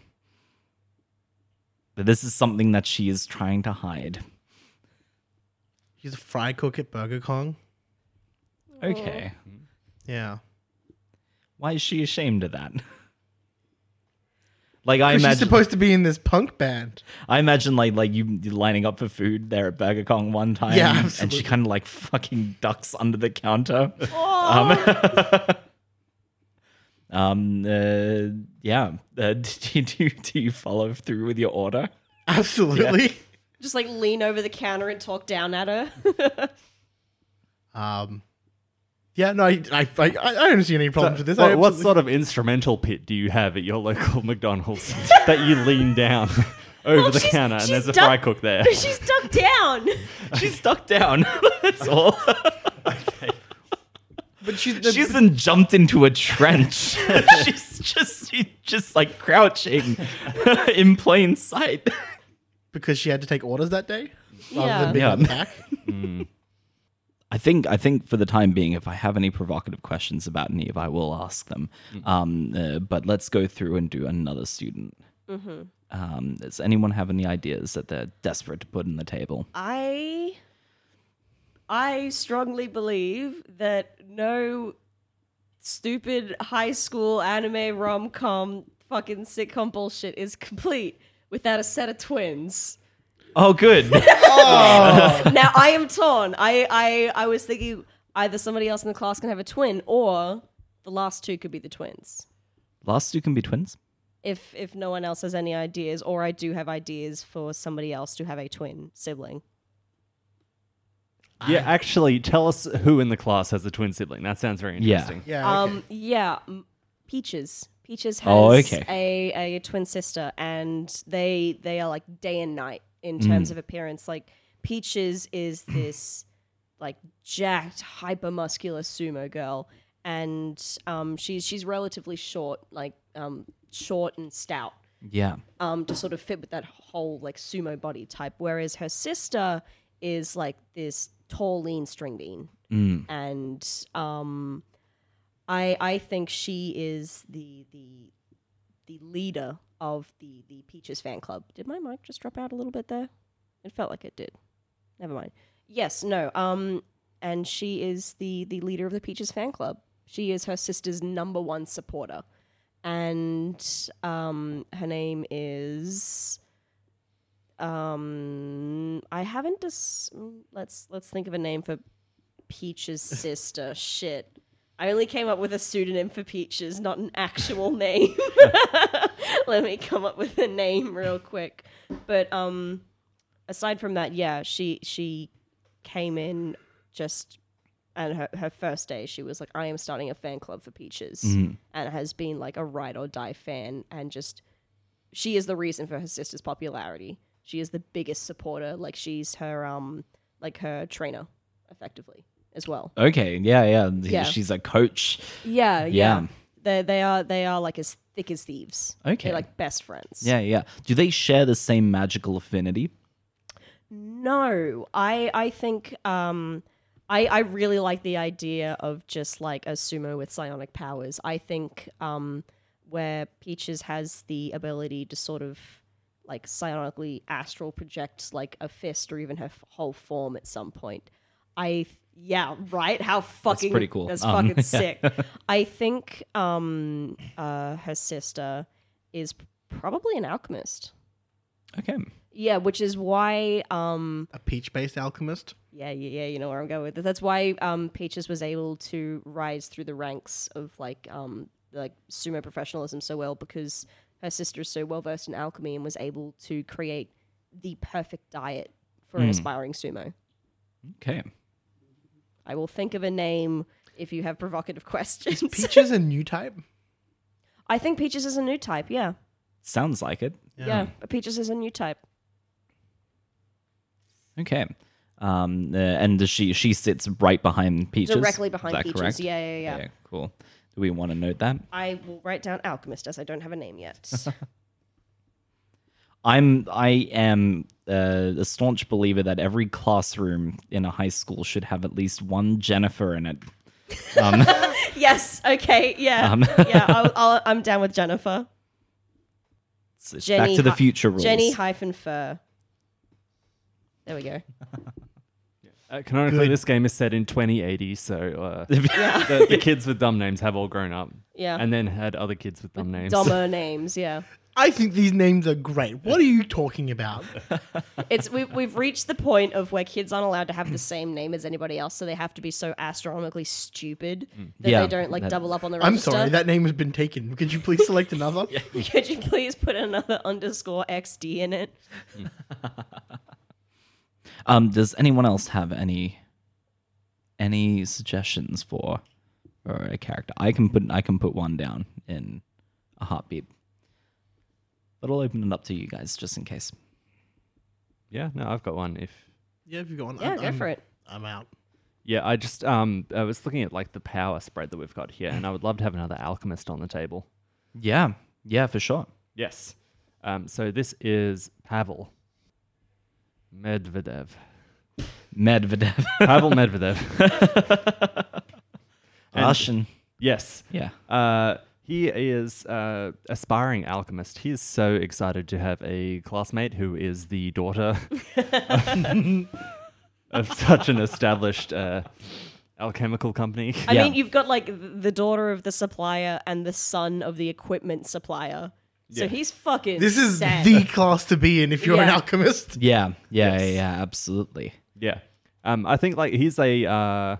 But this is something that she is trying to hide. She's a fry cook at Burger Kong. Okay. Yeah. Why is she ashamed of that? Like I 'Cause she's imagine, supposed to be in this punk band. I imagine like like you lining up for food there at Burger Kong one time, Yeah, and she absolutely. kind of like fucking ducks under the counter. Um, uh, yeah. Uh, do, you, do, you- do you follow through with your order? Absolutely. Just like lean over the counter and talk down at her. Um, yeah, no, I, I, I, I don't see any problems with this. I What, what absolutely- sort of instrumental pit do you have at your local McDonald's that you lean down over Well, the she's- counter and she's there's a done- fry cook there? She's ducked down. She's ducked down. That's all. But she's, the, She's then jumped into a trench. she's just she's just like crouching in plain sight. because she had to take orders that day. Rather Yeah. than being on Yeah. pack. I think I think for the time being, if I have any provocative questions about Neve, I will ask them. Um, uh, but let's go through and do another student. Mm-hmm. Um, does anyone have any ideas that they're desperate to put on the table? I I strongly believe that no stupid high school anime rom com fucking sitcom bullshit is complete without a set of twins. Oh, good. now I am torn. I, I I was thinking either somebody else in the class can have a twin or the last two could be the twins. Last two can be twins. If if no one else has any ideas, or I do have ideas for somebody else to have a twin sibling. Yeah, actually, tell us who in the class has a twin sibling. That sounds very Yeah. interesting. Yeah. okay. Um, yeah, m- Peaches. Peaches has Oh, okay. a, a twin sister, and they they are like day and night in Mm. terms of appearance. Like Peaches is this like jacked, hyper muscular sumo girl, and um, she's she's relatively short, like um, short and stout Yeah. um, to sort of fit with that whole like sumo body type. Whereas her sister is like this tall, lean string bean, and um, I I think she is the the the leader of the the Peaches fan club. Did my mic just drop out a little bit there? It felt like it did. Never mind. Yes, no. Um, and she is the the leader of the Peaches fan club. She is her sister's number one supporter, and um, her name is. Um, I haven't dis- mm, let's let's think of a name for Peaches' sister. Shit, I only came up with a pseudonym for Peaches, not an actual name. Let me come up with a name real quick, but um aside from that, yeah, she she came in just and her, her first day she was like, I am starting a fan club for Peaches and has been like a ride or die fan and just she is the reason for her sister's popularity. She is the biggest supporter, like she's her um like her trainer, effectively, as well. Okay, yeah, yeah. Yeah. She's a coach. Yeah, yeah. yeah. They they are they are like as thick as thieves. Okay. They're like best friends. Yeah, yeah. Do they share the same magical affinity? No, I I think um I I really like the idea of just like a sumo with psionic powers. I think um where Peaches has the ability to sort of like psionically astral project like a fist or even her f- whole form at some point. I yeah, right? How fucking pretty cool. That's Um, fucking sick. I think um uh her sister is probably an alchemist. Okay. Yeah, which is why um A peach based alchemist. yeah, yeah, yeah, you know where I'm going with this. That's why um, Peaches was able to rise through the ranks of like um, like sumo professionalism so well because her sister is so well versed in alchemy and was able to create the perfect diet for Hmm. an aspiring sumo. Okay. I will think of a name if you have provocative questions. Peaches a new type. I think Peaches is a new type. Yeah, Sounds like it. yeah. Peaches is a new type. Okay. Um, uh, and she she sits right behind Peaches. Directly Is behind that Peaches. correct? Yeah, yeah, yeah, Okay, cool. Do we want to note that? I will write down alchemist as I don't have a name yet. I'm I am uh, a staunch believer that every classroom in a high school should have at least one Jennifer in it. yes. Okay. Yeah. Um, yeah. I'll, I'll, I'm down with Jennifer. It's- it's Jenny Back to the Hi- Future rules. Jenny hyphen fur. There we go. Uh, canonically, Good. this game is set in 2080, so uh, the, the kids with dumb names have all grown up. Yeah. And then had other kids with dumb names. Dumber names, yeah. I think these names are great. What are you talking about? It's we, we've reached the point of where kids aren't allowed to have the same name as anybody else, so they have to be so astronomically stupid that Mm. Yeah, they don't like that- double up on the register. I'm sorry, that name has been taken. Could you please select another? Could you please put another underscore XD in it? Um, does anyone else have any any suggestions for for a character? I can put I can put one down in a heartbeat, but I'll open it up to you guys just in case. Yeah, no, I've got one. If Yeah, if you got one. Yeah, I'm, go I'm- for it. I'm out. Yeah, I just um I was looking at like the power spread that we've got here, and I would love to have another alchemist on the table. Yeah, yeah, for sure. Yes. Um, so this is Pavel Medvedev. Medvedev, Pavel Medvedev. And- Russian. yes. Yeah. Uh, he is uh, aspiring alchemist. He is so excited to have a classmate who is the daughter of such an established uh, alchemical company. I Yeah. mean, you've got like th- the daughter of the supplier and the son of the equipment supplier. So Yeah. he's fucking. This is sad. the class to be in if you're an Yeah. alchemist. Yeah, yeah, Yes. yeah, yeah, absolutely. Yeah. Um, I think like he's a uh,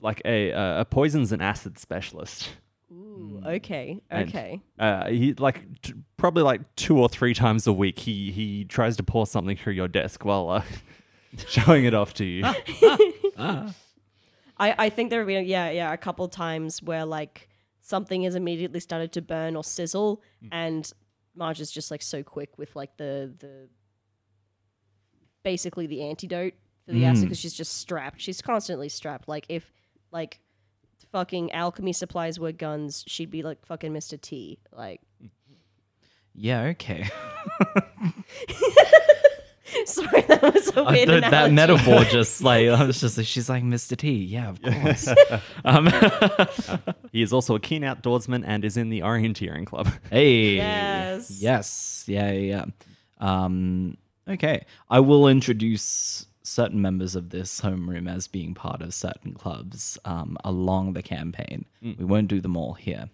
like a uh, a poisons and acid specialist. Ooh, okay, And, okay. Uh, he like t- probably like two or three times a week he he tries to pour something through your desk while uh, showing it off to you. I, I think there have been yeah yeah a couple times where like something has immediately started to burn or sizzle, and Marge is just like so quick with like the the basically the antidote for the acid because she's just strapped. She's constantly strapped. Like if like fucking alchemy supplies were guns, she'd be like fucking Mister T. Like Yeah, okay. sorry, that was a I weird thought Uh, that analogy. metaphor just like I was just like she's like Mr. T. Yeah, of course. um, he is also a keen outdoorsman and is in the orienteering club. hey. Yes. Yes. Yeah. Yeah. yeah. Um, okay. I will introduce certain members of this homeroom as being part of certain clubs um, along the campaign. Mm. We won't do them all here.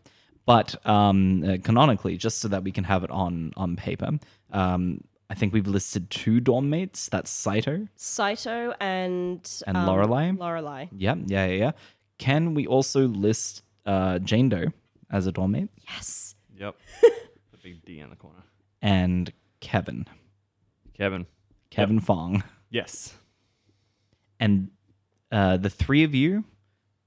But um, uh, canonically, just so that we can have it on, on paper, um, I think we've listed two dorm mates. That's Saito. Saito and um, And Lorelei? Lorelei. Yeah, yeah, yeah, yeah. Can we also list uh, Jane Doe as a dorm mate Yes. Yep. the big D in the corner. and Kevin, Kevin. Kevin Fong? Yes. and uh, the three of you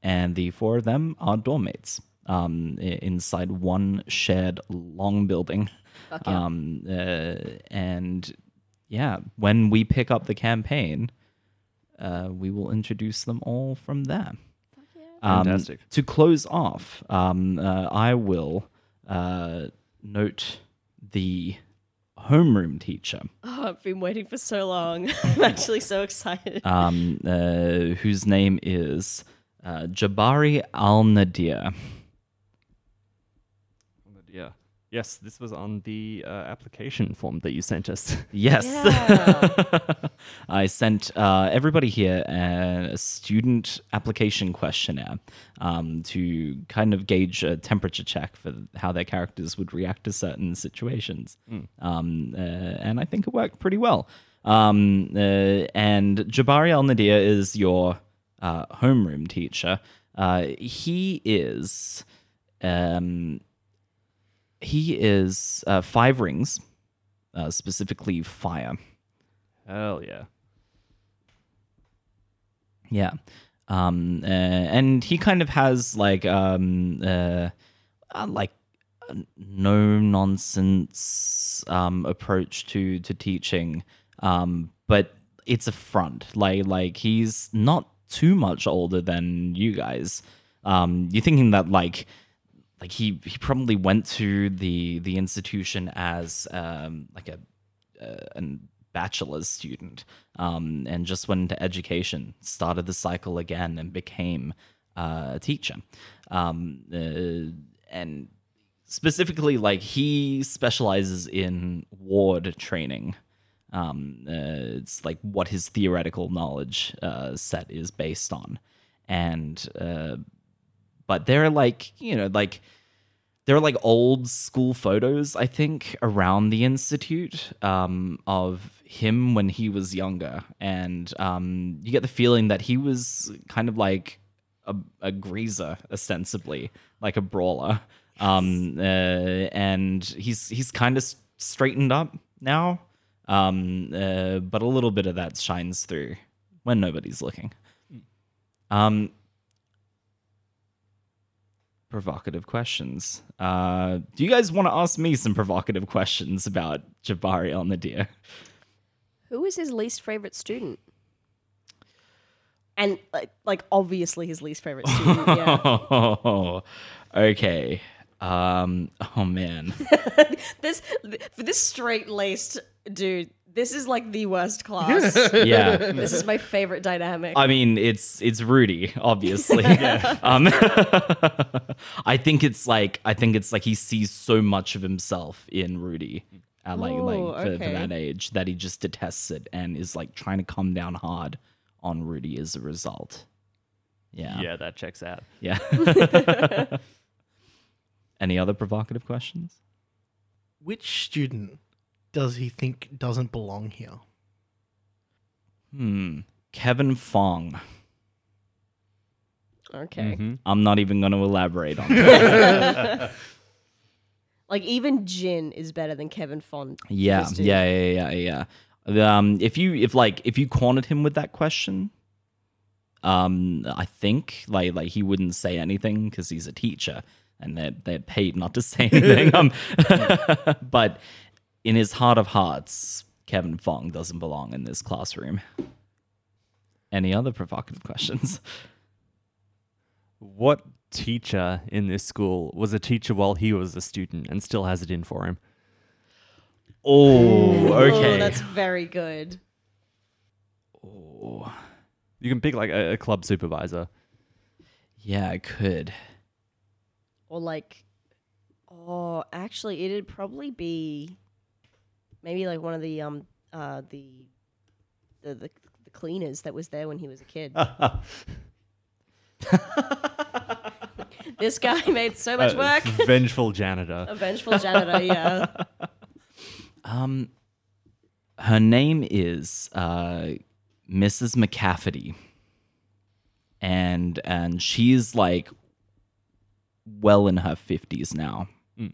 and the four of them are dorm mates um, i- inside one shared long building. Um, uh, and yeah, when we pick up the campaign, uh, we will introduce them all from there. Um, Fantastic. to close off, um, uh, I will uh, note the homeroom teacher. Oh, I've been waiting for so long. I'm actually so excited. um, uh, whose name is uh, Jabari Al Nadir. Yeah. Yes, this was on the uh, application form that you sent us. Yes, Yeah. I sent uh, everybody here a, a student application questionnaire um, to kind of gauge a temperature check for how their characters would react to certain situations. Um, uh, and I think it worked pretty well. Um, uh, and Jabari Al Nadir is your uh, homeroom teacher. Uh, he is. Um, he is uh, five rings, uh, specifically fire. Hell yeah. Yeah. Um, uh, and he kind of has like um, uh, uh, like no nonsense um, approach to to teaching, um, but it's a front. Like like he's not too much older than you guys. Um, you're thinking that like like he he probably went to the the institution as um, like a uh, an bachelor's student um, and just went into education, started the cycle again, and became uh, a teacher. Um, uh, and specifically, like he specializes in ward training. Um, uh, it's like what his theoretical knowledge uh, set is based on, and uh, but they're like you know like there are like old school photos i think around the institute um, of him when he was younger and um, you get the feeling that he was kind of like a, a greaser ostensibly like a brawler um, uh, and he's he's kind of straightened up now um, uh, but a little bit of that shines through when nobody's looking um, provocative questions. Uh, do you guys want to ask me some provocative questions about Jabari El Nadir? Who is his least favorite student? And like, like obviously his least favorite student. Yeah. okay. Um, oh man. this th- for this straight laced dude. This is like the worst class. Yeah. this is my favorite dynamic. I mean, it's it's Rudy, obviously. um, I think it's like I think it's like he sees so much of himself in Rudy, at like Oh, like for, for that okay. age that he just detests it and is like trying to come down hard on Rudy as a result. Yeah. Yeah, that checks out. Yeah. Any other provocative questions? Which student does he think doesn't belong here? Hmm. Kevin Fong. okay. I'm not even going to elaborate on that. Like even Jin is better than Kevin Fond. yeah, Just do- yeah, yeah, yeah, yeah. Um, if you if like if you cornered him with that question, um, I think like like he wouldn't say anything because he's a teacher and they're they're paid not to say anything. um, but in his heart of hearts, Kevin Fong doesn't belong in this classroom. Any other provocative questions? What teacher in this school was a teacher while he was a student and still has it in for him? Oh, okay. Oh, that's very good. You can pick like a, a club supervisor. yeah, I could. Or like, oh, actually, it'd probably be maybe like one of the um uh the the the, the cleaners that was there when he was a kid. this guy made so much Uh, work. vengeful janitor. A vengeful janitor, yeah. Um, her name is uh, Mrs. McCafferty, and and she's like well in her fifties now. Mm.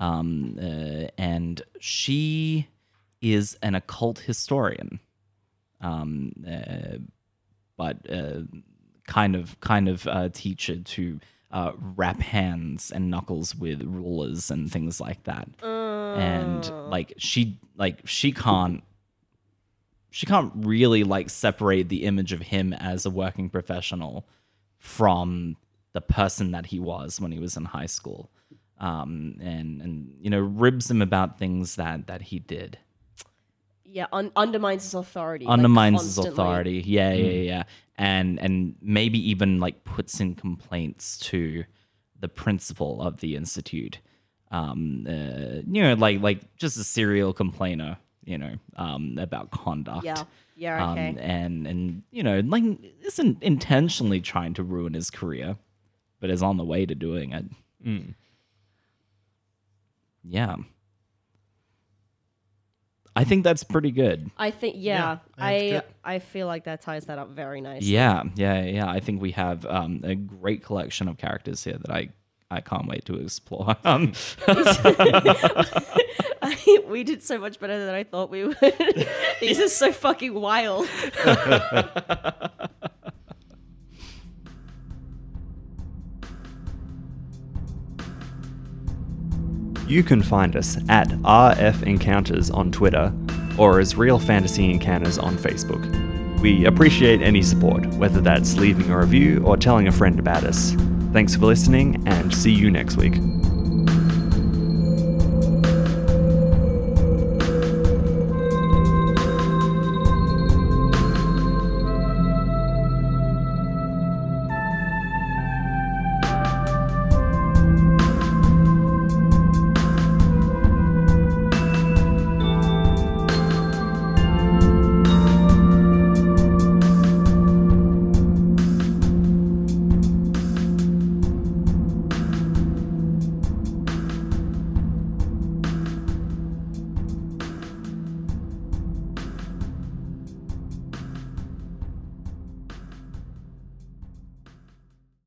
Um, uh, and she is an occult historian. Um, uh, but uh, kind of kind of uh, teacher to uh, wrap hands and knuckles with rulers and things like that and like she like she can't she can't really like separate the image of him as a working professional from the person that he was when he was in high school um and and you know ribs him about things that that he did Yeah, un- undermines his authority. like, undermines his constantly. Mm. authority yeah yeah yeah and and maybe even like puts in complaints to the principal of the institute um uh, you know like like just a serial complainer you know um about conduct Yeah. Yeah, okay. um and and you know like isn't intentionally trying to ruin his career but is on the way to doing it Mm. yeah i think that's pretty good I think yeah, Yeah, I that's I feel like that ties that up very nicely. Yeah, yeah, yeah. I think we have um, a great collection of characters here that I I can't wait to explore. Um, I, we did so much better than I thought we would. These are so fucking wild. You can find us at RF Encounters on Twitter or as Real Fantasy Encounters on Facebook. We appreciate any support, whether that's leaving a review or telling a friend about us. Thanks for listening and see you next week.